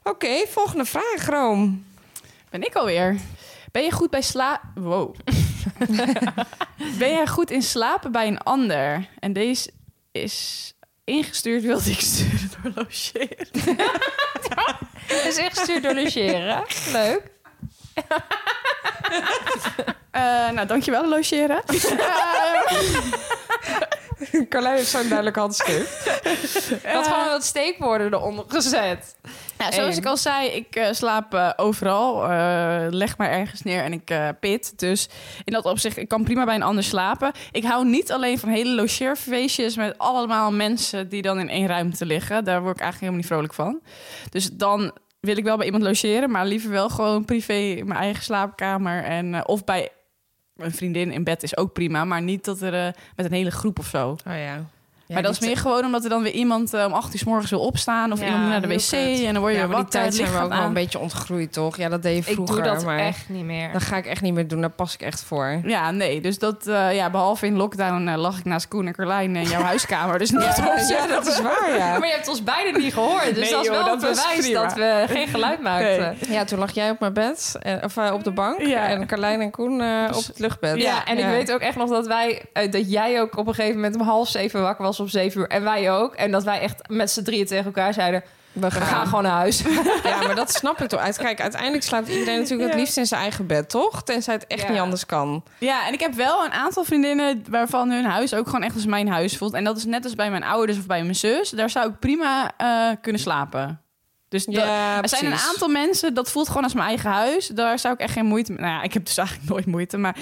E: Oké, volgende vraag, Room.
D: Ben ik alweer. Ben je goed bij sla... Wow. ben jij goed in slapen bij een ander? En deze is ingestuurd, wilde ik sturen door logeer.
F: Het is echt gestuurd door logeren. Leuk.
D: Eh nou, dankjewel, logeren.
E: Carlijn heeft zo'n duidelijk handschrift.
F: Ik had gewoon wat steekwoorden eronder gezet.
D: Ja, Nou, zoals
F: Eén.
D: ik al zei, ik eh, slaap eh, overal. Eh, leg maar ergens neer en ik eh, pit. Dus in dat opzicht, ik kan prima bij een ander slapen. Ik hou niet alleen van hele logeerfeestjes met allemaal mensen die dan in één ruimte liggen. Daar word ik eigenlijk helemaal niet vrolijk van. Dus dan wil ik wel bij iemand logeren, maar liever wel gewoon privé in mijn eigen slaapkamer. En, eh, of bij een vriendin in bed is ook prima, maar niet dat er eh, met een hele groep of zo
E: Oh ja.
D: maar dat is meer gewoon omdat er dan weer iemand eh, om acht uur s morgens wil opstaan... of
F: Ja,
D: iemand moet naar de
F: heel
D: wc
F: kut.
D: en dan word je
E: Ja, eh, maar
D: wat
E: die tijd zijn we ook wel een
D: aan.
E: beetje ontgroeid, toch? Ja, dat deed je vroeger.
F: ik doe dat
E: maar
F: echt niet meer.
E: Dat ga ik echt niet meer doen. Daar pas ik echt voor.
D: Ja, nee, dus dat... eh, ja, behalve in lockdown eh, lag ik naast Koen en Carlijn in jouw huiskamer. Dus niet
E: Ja, dat is waar, ja.
F: Maar je hebt ons beiden niet gehoord. Dus
D: Nee,
F: dat is
D: joh,
F: wel
D: dat
F: het
D: was
F: bewijs
D: prima.
F: dat we geen geluid maakten.
D: Nee.
E: Ja, toen lag jij op mijn bed, eh, of eh, op de bank.
D: Ja.
E: En Carlijn en Koen eh, op het luchtbed.
F: Ja, en ik weet ook echt nog dat wij, eh, dat jij ook op een gegeven moment om half zeven wakker was om zeven uur. En wij ook. En dat wij echt met z'n drieën tegen elkaar zeiden:
E: We
F: we
E: gaan.
F: gaan gewoon naar huis.
E: Ja, maar dat snap ik toch. Uit- Kijk, uiteindelijk slaapt iedereen natuurlijk het liefst in zijn eigen bed, toch? Tenzij het echt
F: Ja.
E: niet anders kan.
D: Ja, en ik heb wel een aantal vriendinnen waarvan hun huis ook gewoon echt als mijn huis voelt. En dat is net als bij mijn ouders of bij mijn zus. Daar zou ik prima eh, kunnen slapen. Dus dat-
E: Ja,
D: er zijn een
E: precies.
D: aantal mensen, dat voelt gewoon als mijn eigen huis. Daar zou ik echt geen moeite mee... Nou ja, ik heb dus eigenlijk nooit moeite. Maar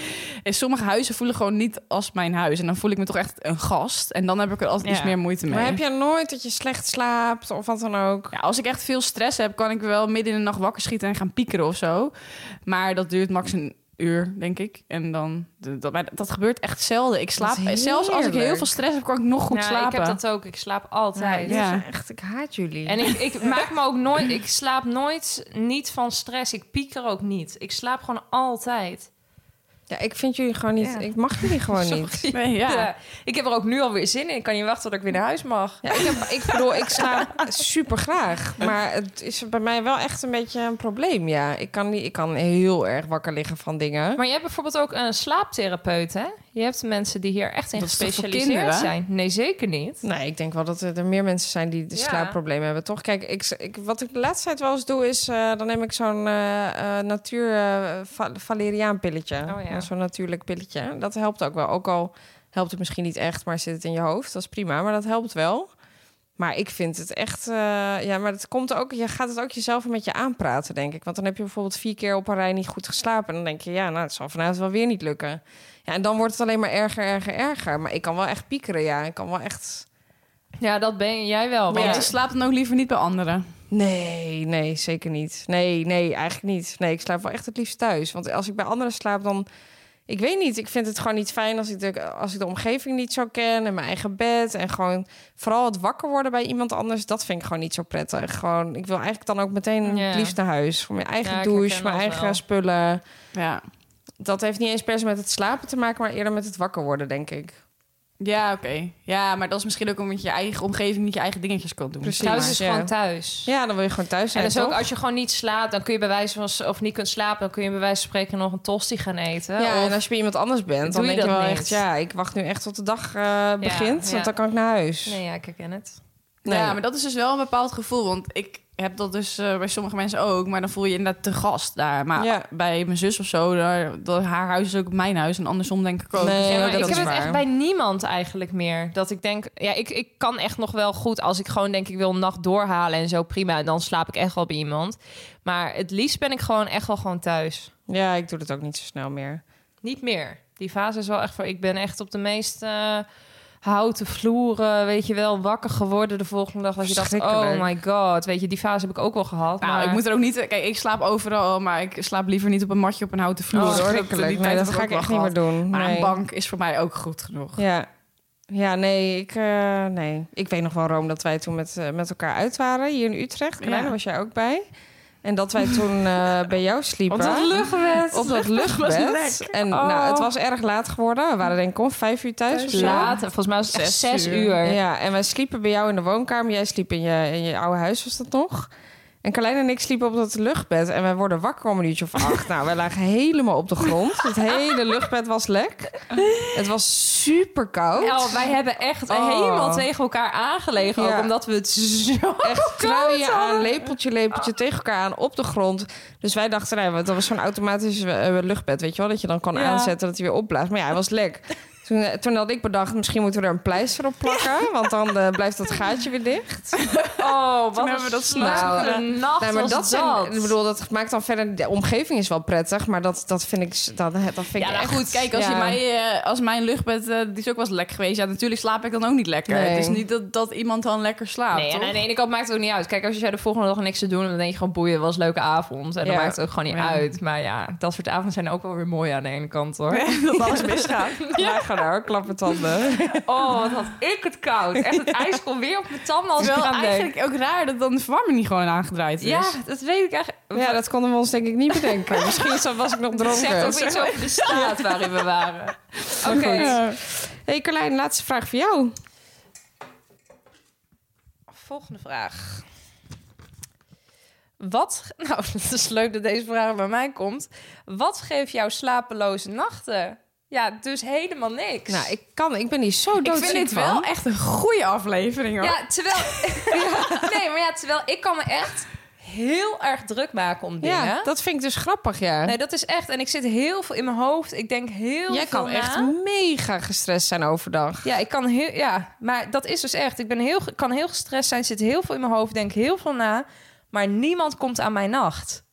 D: eh, sommige huizen voelen gewoon niet als mijn huis. En dan voel ik me toch echt een gast. En dan heb ik er altijd
F: Ja.
D: iets meer moeite mee.
E: Maar heb jij nooit dat je slecht slaapt of wat dan ook?
D: Ja, als ik echt veel stress heb, kan ik wel midden in de nacht wakker schieten en gaan piekeren of zo. Maar dat duurt max een uur, denk ik. En dan, dat, maar dat gebeurt echt zelden. Ik slaap,
E: Dat is
D: zelfs als ik heel
E: heerlijk.
D: veel stress heb, kan ik nog goed
F: Nou,
D: slapen.
F: Ik heb dat ook. Ik slaap altijd.
D: Ja.
E: Ja, echt, ik haat jullie.
F: En ik, ik maak me ook nooit. Ik slaap nooit niet van stress. Ik pieker ook niet. Ik slaap gewoon altijd.
E: Ja, ik vind jullie gewoon niet... Ik mag jullie gewoon niet.
D: Nee, ja.
F: Ja. Ik heb er ook nu alweer zin in. Ik kan niet wachten tot ik weer naar huis mag.
E: Ja, ik, heb, ik bedoel, ik slaap super graag. Maar het is bij mij wel echt een beetje een probleem. Ja, ik kan, niet, ik kan heel erg wakker liggen van dingen.
F: Maar je hebt bijvoorbeeld ook een slaaptherapeut, hè? Je hebt mensen die hier echt in
D: Dat is toch voor
F: gespecialiseerd
D: kinderen?
F: zijn. Nee, zeker niet.
E: Nee, ik denk wel dat er er meer mensen zijn die de
F: Ja.
E: slaapproblemen hebben, toch? Kijk, ik, ik, wat ik de laatste tijd wel eens doe, is... eh, dan neem ik zo'n eh, eh, natuur eh, va- valeriaan pilletje.
F: Oh ja.
E: Zo'n natuurlijk pilletje. Dat helpt ook wel. Ook al helpt het misschien niet echt, maar zit het in je hoofd. Dat is prima, maar dat helpt wel. Maar ik vind het echt... eh, ja, maar het komt ook... Je gaat het ook jezelf een beetje aanpraten, denk ik. Want dan heb je bijvoorbeeld vier keer op een rij niet goed geslapen. En dan denk je, ja, nou, het zal vanavond wel weer niet lukken. Ja, en dan wordt het alleen maar erger, erger, erger. Maar ik kan wel echt piekeren, ja. Ik kan wel echt...
F: Ja, dat ben jij wel.
D: Maar
F: want-
D: je slaapt dan ook liever niet bij anderen.
E: Nee, nee, zeker niet. Nee, nee, eigenlijk niet. Nee, ik slaap wel echt het liefst thuis. Want als ik bij anderen slaap, dan... Ik weet niet, ik vind het gewoon niet fijn als ik de, als ik de omgeving niet zo ken... en mijn eigen bed en gewoon... Vooral het wakker worden bij iemand anders, dat vind ik gewoon niet zo prettig. Gewoon, ik wil eigenlijk dan ook meteen
F: Ja.
E: het liefst naar huis. Voor mijn eigen
F: Ja, ik
E: douche,
F: herken
E: mijn
F: dat
E: eigen
F: wel.
E: spullen.
D: Ja,
E: Dat heeft niet eens per se met het slapen te maken... maar eerder met het wakker worden, denk ik.
D: ja oké. Ja, maar dat is misschien ook omdat je eigen omgeving niet je eigen dingetjes kan doen. dus-
E: Precies.
F: Thuis is
E: Ja.
F: gewoon thuis.
E: Ja, dan wil je gewoon thuis
F: En
E: zijn,
F: dus ook
E: toch?
F: als je gewoon niet slaapt, dan kun je bij wijze van of niet kunt slapen, dan kun je bij wijze van spreken nog een tosti gaan eten.
E: Ja,
F: Of-
E: en als je bij iemand anders bent, dan
F: Doe je
E: denk je
F: dat
E: wel
F: niet?
E: echt... ja, ik wacht nu echt tot de dag eh, begint,
F: ja.
E: want dan kan ik naar huis.
F: Nee, ja, ik herken het.
E: Nee.
D: Ja, maar dat is dus wel een bepaald gevoel. Want ik heb dat dus eh, bij sommige mensen ook, maar dan voel je je inderdaad te gast daar. Maar
E: Ja.
D: bij mijn zus of zo, daar, dat, haar huis is ook mijn huis. En andersom denk ik ook.
E: Nee,
D: Dus ja,
F: Ja, maar
E: dat
F: ik
E: is
F: heb het
E: waar.
F: echt bij niemand eigenlijk meer. Dat ik denk, ja, ik, ik kan echt nog wel goed als ik gewoon denk, ik wil een nacht doorhalen en zo prima. En dan slaap ik echt wel bij iemand. Maar het liefst ben ik gewoon echt wel gewoon thuis.
E: Ja, ik doe dat ook niet zo snel meer.
D: Oh,
F: Niet meer. Die fase is wel echt voor. Ik ben echt op de meest eh, houten vloeren, weet je wel, wakker geworden de volgende dag. Dat je dacht, oh
E: Verschrikkelijk.
F: my god, weet je, die fase heb ik ook wel gehad.
D: Nou,
F: maar
D: ik moet er ook niet... Kijk, ik slaap overal, maar ik slaap liever niet op een matje op een houten vloer.
E: Oh,
D: hoor. Dat- die
E: verschrikkelijk.
D: tijd
E: Nee,
D: heb
E: dat ga
D: ook
E: ik
D: wel
E: echt niet meer
D: gehad.
E: doen.
D: Maar
E: nee.
D: een bank is voor mij ook goed genoeg.
E: Ja. Ja, nee, ik, eh, nee. Ik weet nog wel, Rome, dat wij toen met, eh, met elkaar uit waren hier in Utrecht. Kleine,
D: Ja.
E: daar was jij ook bij. En dat wij toen eh, bij jou sliepen.
F: op dat luchtbed.
E: Op dat
D: was
E: luchtbed.
D: lek.
E: En
D: Oh.
E: nou, het was erg laat geworden. We waren denk ik om vijf uur thuis. of zo.
F: Laat, volgens mij was het
D: Zes
F: echt zes
D: uur.
F: uur.
E: Ja, en wij sliepen bij jou in de woonkamer. Jij sliep in je, in je oude huis, was dat nog? En Carlijn en ik sliepen op dat luchtbed. En wij worden wakker om een uurtje of acht. nou, wij lagen helemaal op de grond. Het hele luchtbed was lek. Het was super koud.
F: Oh, wij hebben echt
E: Oh.
F: helemaal tegen elkaar aangelegen.
E: Ja.
F: Ook omdat we het zo...
E: Echt kruien aan, lepeltje, lepeltje
F: Oh.
E: tegen elkaar aan op de grond. Dus wij dachten, nee, want dat was zo'n automatisch eh, luchtbed, weet je wel, dat je dan kan
D: Ja.
E: aanzetten dat hij weer opblaast. Maar ja, hij was lek. Toen, eh, toen had ik bedacht, misschien moeten we er een pleister op plakken, want dan eh, blijft dat gaatje weer dicht.
F: Oh, wat
D: hebben we dat
F: nou, een nacht
E: Nee, maar
F: was
E: dat,
F: dat.
E: zijn, ik bedoel, dat maakt dan verder, de omgeving is wel prettig, maar dat, dat vind ik, dat, dat vind
D: Ja,
E: ik
D: nou
E: echt-
D: goed, kijk, als,
E: ja.
D: je mij, eh, als mijn luchtbed, eh, die is ook wel eens lek geweest. Ja, natuurlijk slaap ik dan ook niet lekker.
E: Nee.
D: Het is niet dat, dat iemand dan lekker slaapt,
F: Nee, en
D: toch?
F: aan de ene kant maakt het ook niet uit. Kijk, als je de volgende dag niks te doen, dan denk je gewoon boeien, was een leuke avond. En dan
E: Ja.
F: maakt het ook gewoon niet
D: Ja.
F: uit. Maar ja, dat soort avonden zijn ook wel weer mooi aan de ene kant hoor.
D: dat alles misgaat.
E: Ja, ga nou, klappertanden.
F: Oh, wat had ik het koud. Echt, het ijs kon weer op mijn tanden als ik
D: Terwijl
F: eraan denk.
D: eigenlijk ook raar dat dan de verwarming niet gewoon aangedraaid is.
F: Ja, dat weet ik eigenlijk.
E: Ja, dat konden we ons denk ik niet bedenken. Misschien was ik nog
F: dat
E: dronken.
F: zegt ook iets over de staat waarin we waren. Oké.
E: Ja. hey Carlijn, laatste vraag voor jou.
F: Volgende vraag. Wat, nou, het is leuk dat deze vraag bij mij komt. Wat geeft jou slapeloze nachten? Ja, dus helemaal niks.
E: Nou, ik kan, ik ben hier zo
D: Ik
E: dood.
D: vind dit wel echt een goede aflevering, hoor.
F: ja, terwijl, nee, maar ja, terwijl ik kan me echt heel erg druk maken om dingen.
E: Ja, dat vind ik dus grappig, ja.
F: Nee, dat is echt. En ik zit heel veel in mijn hoofd. Ik denk heel
E: Jij
F: veel
E: kan
F: na.
E: echt mega gestrest zijn overdag.
F: Ja, ik kan heel, ja, maar dat is dus echt. Ik ben heel, ge- kan heel gestrest zijn, zit heel veel in mijn hoofd, denk heel veel na, maar niemand komt aan mijn nacht.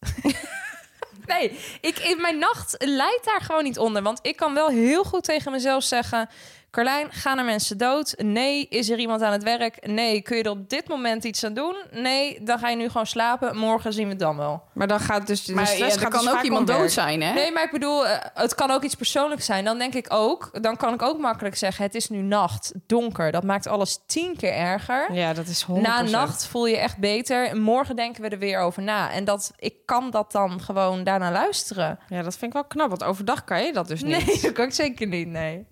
F: nee, ik, in mijn nacht leidt daar gewoon niet onder, want ik kan wel heel goed tegen mezelf zeggen. Carlijn, gaan er mensen dood? Nee. Is er iemand aan het werk? Nee. Kun je er op dit moment iets aan doen? Nee. Dan ga je nu gewoon slapen. Morgen zien we het dan wel.
E: Maar dan gaat dus de
D: Maar
E: stress
D: ja, er
E: gaat
D: kan
E: dus
D: ook
E: vaak
D: iemand
E: om werk.
D: dood zijn, hè?
F: Nee, maar ik bedoel, eh, het kan ook iets persoonlijks zijn. Dan denk ik ook, dan kan ik ook makkelijk zeggen: het is nu nacht, donker. Dat maakt alles tien keer erger.
E: Ja, dat is 100%.
F: Na een nacht voel je je echt beter. En morgen denken we er weer over na. En dat, ik kan dat dan gewoon daarna luisteren.
E: Ja, dat vind ik wel knap, want overdag kan je dat dus niet.
F: Nee, dat kan ik zeker niet. Nee,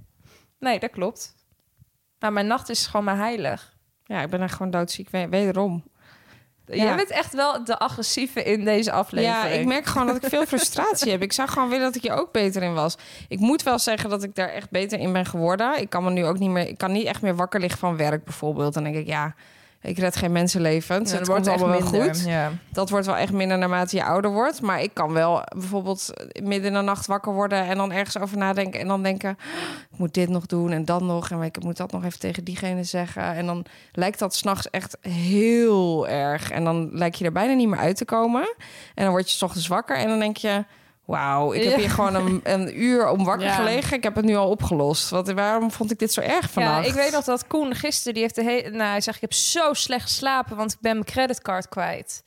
F: nee dat klopt. Maar mijn nacht is gewoon maar heilig.
E: Ja, ik ben daar gewoon doodziek, we- wederom. Ja.
F: Jij bent echt wel de agressieve in deze aflevering.
E: Ja, ik merk gewoon dat ik veel frustratie heb. Ik zou gewoon willen dat ik hier ook beter in was. Ik moet wel zeggen dat ik daar echt beter in ben geworden. Ik kan me nu ook niet meer, ik kan niet echt meer wakker liggen van werk bijvoorbeeld. Dan denk ik, ja, ik red geen mensenlevens.
F: Ja,
E: het
F: dat
E: wordt
F: echt
E: allemaal wel
F: minder.
E: goed.
F: Ja.
E: Dat wordt wel echt minder naarmate je ouder wordt. Maar ik kan wel bijvoorbeeld midden in de nacht wakker worden en dan ergens over nadenken. En dan denken, "Oh, ik moet dit nog doen en dan nog. En ik moet dat nog even tegen diegene zeggen. En dan lijkt dat s'nachts echt heel erg. En dan lijkt je er bijna niet meer uit te komen. En dan word je 's ochtends wakker en dan denk je... Wauw, ik heb
F: Ja.
E: hier gewoon een, een uur om wakker
D: Ja.
E: gelegen. Ik heb het nu al opgelost. Wat, waarom vond ik dit zo erg vandaag?
F: Ja, ik weet nog dat Koen gisteren, die heeft de hele... Nou, hij zegt, ik heb zo slecht geslapen, want ik ben mijn creditcard kwijt.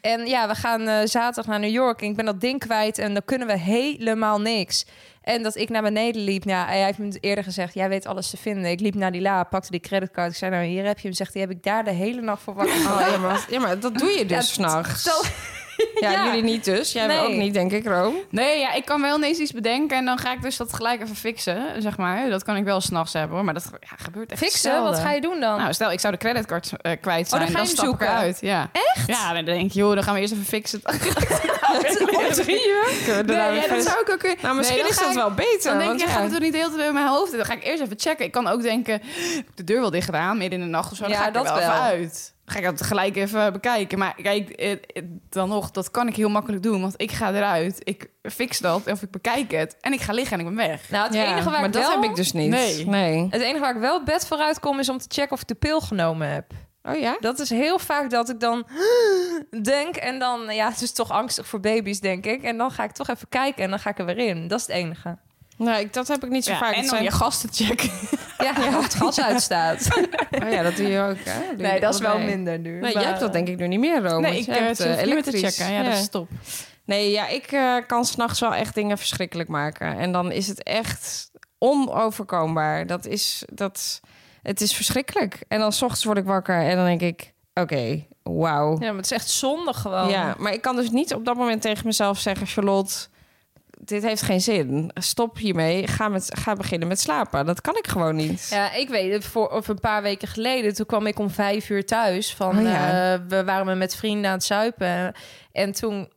F: En ja, we gaan eh, zaterdag naar New York en ik ben dat ding kwijt en dan kunnen we helemaal niks. En dat ik naar beneden liep, nou, hij heeft me eerder gezegd, jij weet alles te vinden. Ik liep naar die la, pakte die creditcard, ik zei, nou, hier heb je hem. Zegt, die heb ik daar de hele nacht voor wakker
E: Oh, ja, maar, wat- ja, maar dat doe je dus
F: Ja,
E: s'nachts.
F: zo-
E: Ja,
F: Ja.
E: jullie niet dus. Jij
F: Nee.
E: ook niet, denk ik, Room.
D: Nee, ja, ik kan wel ineens iets bedenken en dan ga ik dus dat gelijk even fixen, zeg maar. Dat kan ik wel s'nachts hebben, hoor. Maar dat ja, gebeurt echt
F: Fixen, wat
D: zelden.
F: ga je doen dan?
D: Nou, stel, ik zou de creditcard eh, kwijt
F: Oh,
D: zijn.
F: dan ga je hem
D: stap ik
F: zoeken.
D: eruit, ja. Echt? Ja, dan denk je, joh, dan gaan we eerst even fixen.
F: Om drie uur?
E: Kunnen we daarna
D: Nee, ja,
E: weer
D: dat
E: verder-
D: zou ik ook kunnen.
E: Nou, misschien
D: Nee, dan
E: is
D: ga
E: dat
D: ik-
E: wel beter.
D: Dan denk
E: want
D: je,
E: ja.
D: gaat het toch niet de hele tijd in mijn hoofd? Dan ga ik eerst even checken. Ik kan ook denken, heb ik de deur wel dicht gedaan, midden in de nacht of zo. Dan
F: Ja,
D: ga ik
F: dat
D: er wel, even
F: wel.
D: uit. ga ik dat gelijk even bekijken. Maar kijk, eh, eh, dan nog, dat kan ik heel makkelijk doen. Want ik ga eruit, ik fix dat of ik bekijk het. En ik ga liggen en ik ben weg.
F: Nou, het
E: Ja,
F: enige waar
E: maar
F: ik
E: dat
F: wel,
E: heb ik dus niet.
D: Nee.
F: Het enige waar ik wel het bed vooruit kom is om te checken of ik de pil genomen heb.
E: Oh ja?
F: Dat is heel vaak dat ik dan denk en dan, ja, het is toch angstig voor baby's, denk ik. En dan ga ik toch even kijken en dan ga ik er weer in. Dat is het enige.
E: Nee, Nou, ik, dat heb ik niet zo
D: Ja,
E: vaak.
D: en
E: Het
D: dan
E: zijn-
D: je gasten checken.
F: Ja, ja of het gas uitstaat.
E: Oh ja, dat doe je ook. Hè? Doe je
F: Nee, dat is wel
E: allebei.
F: minder nu.
E: Nee, jij hebt dat denk ik nu niet meer, Rome.
D: nee, ik eh, heb het
E: eh,
D: te checken. Ja, dat is top.
E: Nee, ja, ik eh, kan s'nachts wel echt dingen verschrikkelijk maken. En dan is het echt onoverkombaar. Dat is, dat, het is verschrikkelijk. En dan s ochtends word ik wakker en dan denk ik... Oké, wauw.
F: Ja, maar het is echt zonde gewoon.
E: Ja, maar ik kan dus niet op dat moment tegen mezelf zeggen... Charlotte, dit heeft geen zin. Stop hiermee. Ga, met, ga beginnen met slapen. Dat kan ik gewoon niet.
F: Ja, ik weet het. Voor, of een paar weken geleden, toen kwam ik om vijf uur thuis. Van,
E: Oh ja.
F: eh, we waren met vrienden aan het zuipen. En toen,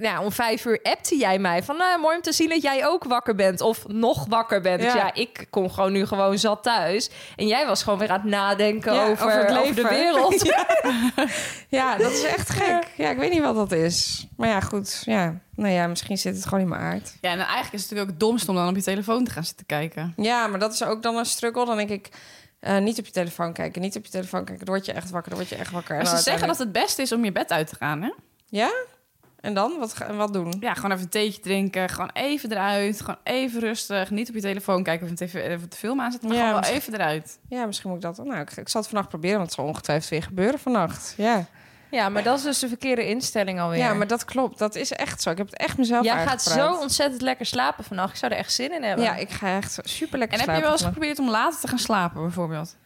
F: ja, om vijf uur appte jij mij. Van, nou, mooi om te zien dat jij ook wakker bent. Of nog wakker bent. Dus
E: Ja.
F: ja, ik kom gewoon nu gewoon zat thuis. En jij was gewoon weer aan het nadenken
E: Ja,
F: over,
E: over het
F: over
E: leven.
F: de wereld.
E: Ja, dat is echt gek. Ja, ik weet niet wat dat is. Maar ja, goed. Ja. Nou ja, misschien zit het gewoon in mijn aard.
D: Ja, en dan eigenlijk is het natuurlijk ook het domst om dan op je telefoon te gaan zitten kijken.
E: Ja, maar dat is ook dan een struggle. Dan denk ik, eh, niet op je telefoon kijken, niet op je telefoon kijken. Dan word je echt wakker, dan word je echt wakker. En
D: Maar ze
E: dan
D: zeggen dat
E: uiteindelijk-
D: het beste is om je bed uit te gaan, hè?
E: Ja? En dan? Wat, ga- wat doen?
D: Ja, gewoon even een theetje drinken, gewoon even eruit, gewoon even rustig. Niet op je telefoon kijken of een tv, eh, of een film aanzetten, maar
E: Ja,
D: gewoon wel
E: misschien-
D: even eruit.
E: Ja, misschien moet ik dat... Nou, ik, ik zal het vannacht proberen, want het zal ongetwijfeld weer gebeuren vannacht. Ja,
D: Oh
F: Ja, maar dat is dus de verkeerde instelling alweer.
E: ja maar dat klopt. Dat is echt zo. Ik heb het echt mezelf
F: Jij gaat zo
E: aangepraat.
F: ontzettend lekker slapen vannacht. Ik zou er echt zin in hebben.
E: Ja, ik ga echt super lekker
D: En heb je wel eens
E: slapen
D: geprobeerd om later te gaan slapen, bijvoorbeeld?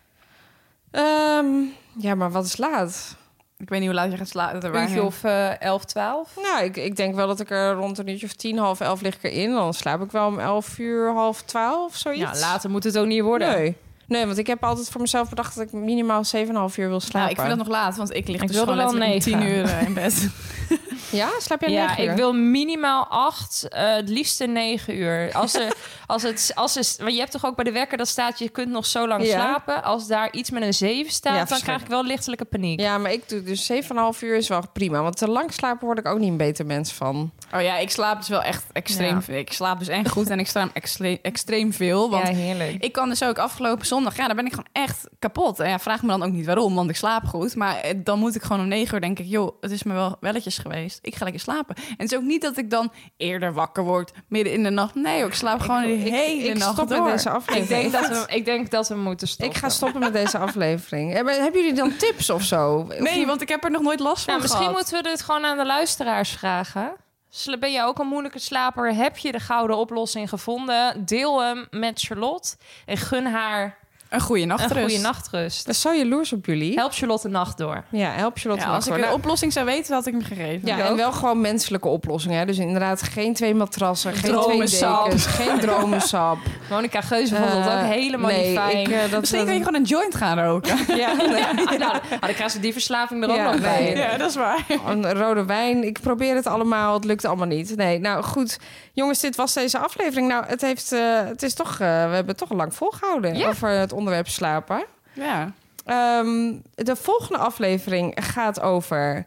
E: vannacht. Ehm, ja, maar wat is laat?
D: Ik weet niet hoe laat je gaat slapen.
F: Een uurtje of eh elf, twaalf.
E: Nou, ik, ik denk wel dat ik er rond een uurtje of tien, half elf lig ik erin. Dan slaap ik wel om elf uur, half twaalf, zoiets.
F: Ja, later moet het ook niet worden.
E: Nee. Nee, want ik heb altijd voor mezelf bedacht dat ik minimaal 7,5 uur wil slapen.
D: Nou, ik vind dat nog laat, want ik lig
F: Ik
D: dus
F: wilde
D: gewoon
F: wel
D: letterlijk om tien uur
F: negen.
D: eh, in bed.
E: Ja, slaap jij
F: Ja,
E: 9 uur?
F: ik wil minimaal acht, eh, het liefste negen uur. Als er, als het, als het, want je hebt toch ook bij de wekker dat staat je kunt nog zo lang
E: Ja.
F: slapen. Als daar iets met een zeven
E: Ja,
F: staat, dan krijg
E: verschrikkelijk.
F: ik wel lichtelijke paniek.
E: Ja, maar ik doe dus 7,5 uur is wel prima. Want te lang slapen word ik ook niet een beter mens van.
D: Oh ja, ik slaap dus wel echt extreem
F: Ja.
D: veel. Ik slaap dus echt goed en ik slaap extreem, extreem veel. Want
F: Ja, heerlijk.
D: Ik kan dus ook afgelopen zondag, ja, daar ben ik gewoon echt kapot. En ja, vraag me dan ook niet waarom, want ik slaap goed. Maar eh, dan moet ik gewoon om negen uur denk ik, joh, het is me wel welletjes geweest. Ik ga lekker slapen. En het is ook niet dat ik dan eerder wakker word, midden in de nacht. Nee, ik slaap gewoon de
E: ik,
D: hele
E: ik
D: nacht
E: stop
D: door.
E: met deze
F: Ik
E: aflevering.
F: denk, dat we, ik denk dat we moeten
E: Ik
F: stoppen.
E: ga stoppen met deze aflevering. Eh, maar Hebben jullie dan tips of zo? Of-
D: Nee, want ik heb er nog nooit last van
F: Nou, misschien
D: gehad.
F: moeten we dit gewoon aan de luisteraars vragen. Sla- Ben jij ook een moeilijke slaper? Heb je de gouden oplossing gevonden? Deel hem met Charlotte en gun haar
D: Een dus. goede nachtrust.
F: een goede nachtrust.
E: Dat is zo jaloers op jullie.
F: Help Charlotte de nacht door.
E: Ja, help Charlotte
D: Ja,
E: ja,
D: als ik een oplossing zou weten, had ik hem gegeven.
E: ja, en wel gewoon menselijke oplossingen. Hè? Dus inderdaad geen twee matrassen, geen
F: Dromensap.
E: twee dekens, geen dromensap.
F: Monica Geuze vond dat ook
E: Eh,
F: helemaal
E: nee,
F: niet fijn.
E: Ik, eh, dat,
D: Misschien
E: dat-
D: kan je gewoon een joint gaan roken.
E: ja, nee.
F: Ah, nou, dan- ah, dan krijgen ze die verslaving er ook
E: Ja,
F: nog bij.
E: nee.
D: Ja, dat is waar.
E: Een rode wijn. Ik probeer het allemaal. Het lukt allemaal niet. Nee, nou goed. Jongens, dit was deze aflevering. Nou, het, heeft, eh, het is toch, eh, we hebben het toch lang volgehouden
F: Ja.
E: over het onderwerp slapen.
D: Ja.
E: Ehm, de volgende aflevering gaat over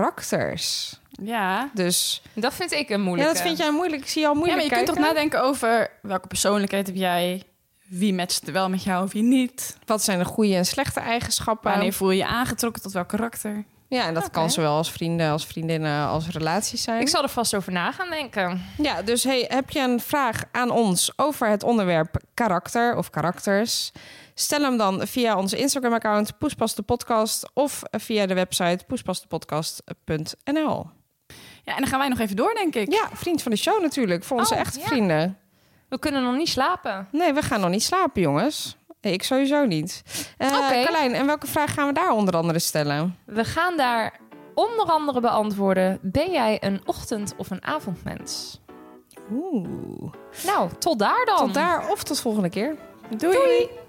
E: karakters.
D: Ja.
E: Dus
F: Dat vind ik een
E: ja,
F: moeilijke.
E: dat vind jij moeilijk. Ik zie jou
D: eh. Ja,
E: moeilijk
D: maar je kunt toch
E: kijken.
D: nadenken over welke persoonlijkheid heb jij? Wie matcht er wel met jou of wie niet?
E: Wat zijn de goede en slechte eigenschappen?
D: Wanneer voel je je aangetrokken tot welk karakter?
E: Ja, en dat kan zowel als vrienden, als vriendinnen, als relaties zijn.
F: Ik zal er vast over na gaan denken.
E: Ja, dus hey, heb je een vraag aan ons over het onderwerp karakter of karakters? Stel hem dan via onze Instagram-account Poespas de Podcast of via de website poespasdepodcast.nl.
D: Ja, en dan gaan wij nog even door, denk ik.
E: Ja, vriend van de show natuurlijk, voor onze
F: Oh,
E: echte
F: ja.
E: vrienden.
F: We kunnen nog niet slapen.
E: Nee, we gaan nog niet slapen, jongens. Nee, ik sowieso niet. Eh
F: Oké.
E: Carlijn, en welke vraag gaan we daar onder andere stellen?
F: We gaan daar onder andere beantwoorden: ben jij een ochtend- of een avondmens?
E: Oeh.
F: Nou, tot daar dan.
E: Tot daar of tot volgende keer.
D: Doei.
E: Doei.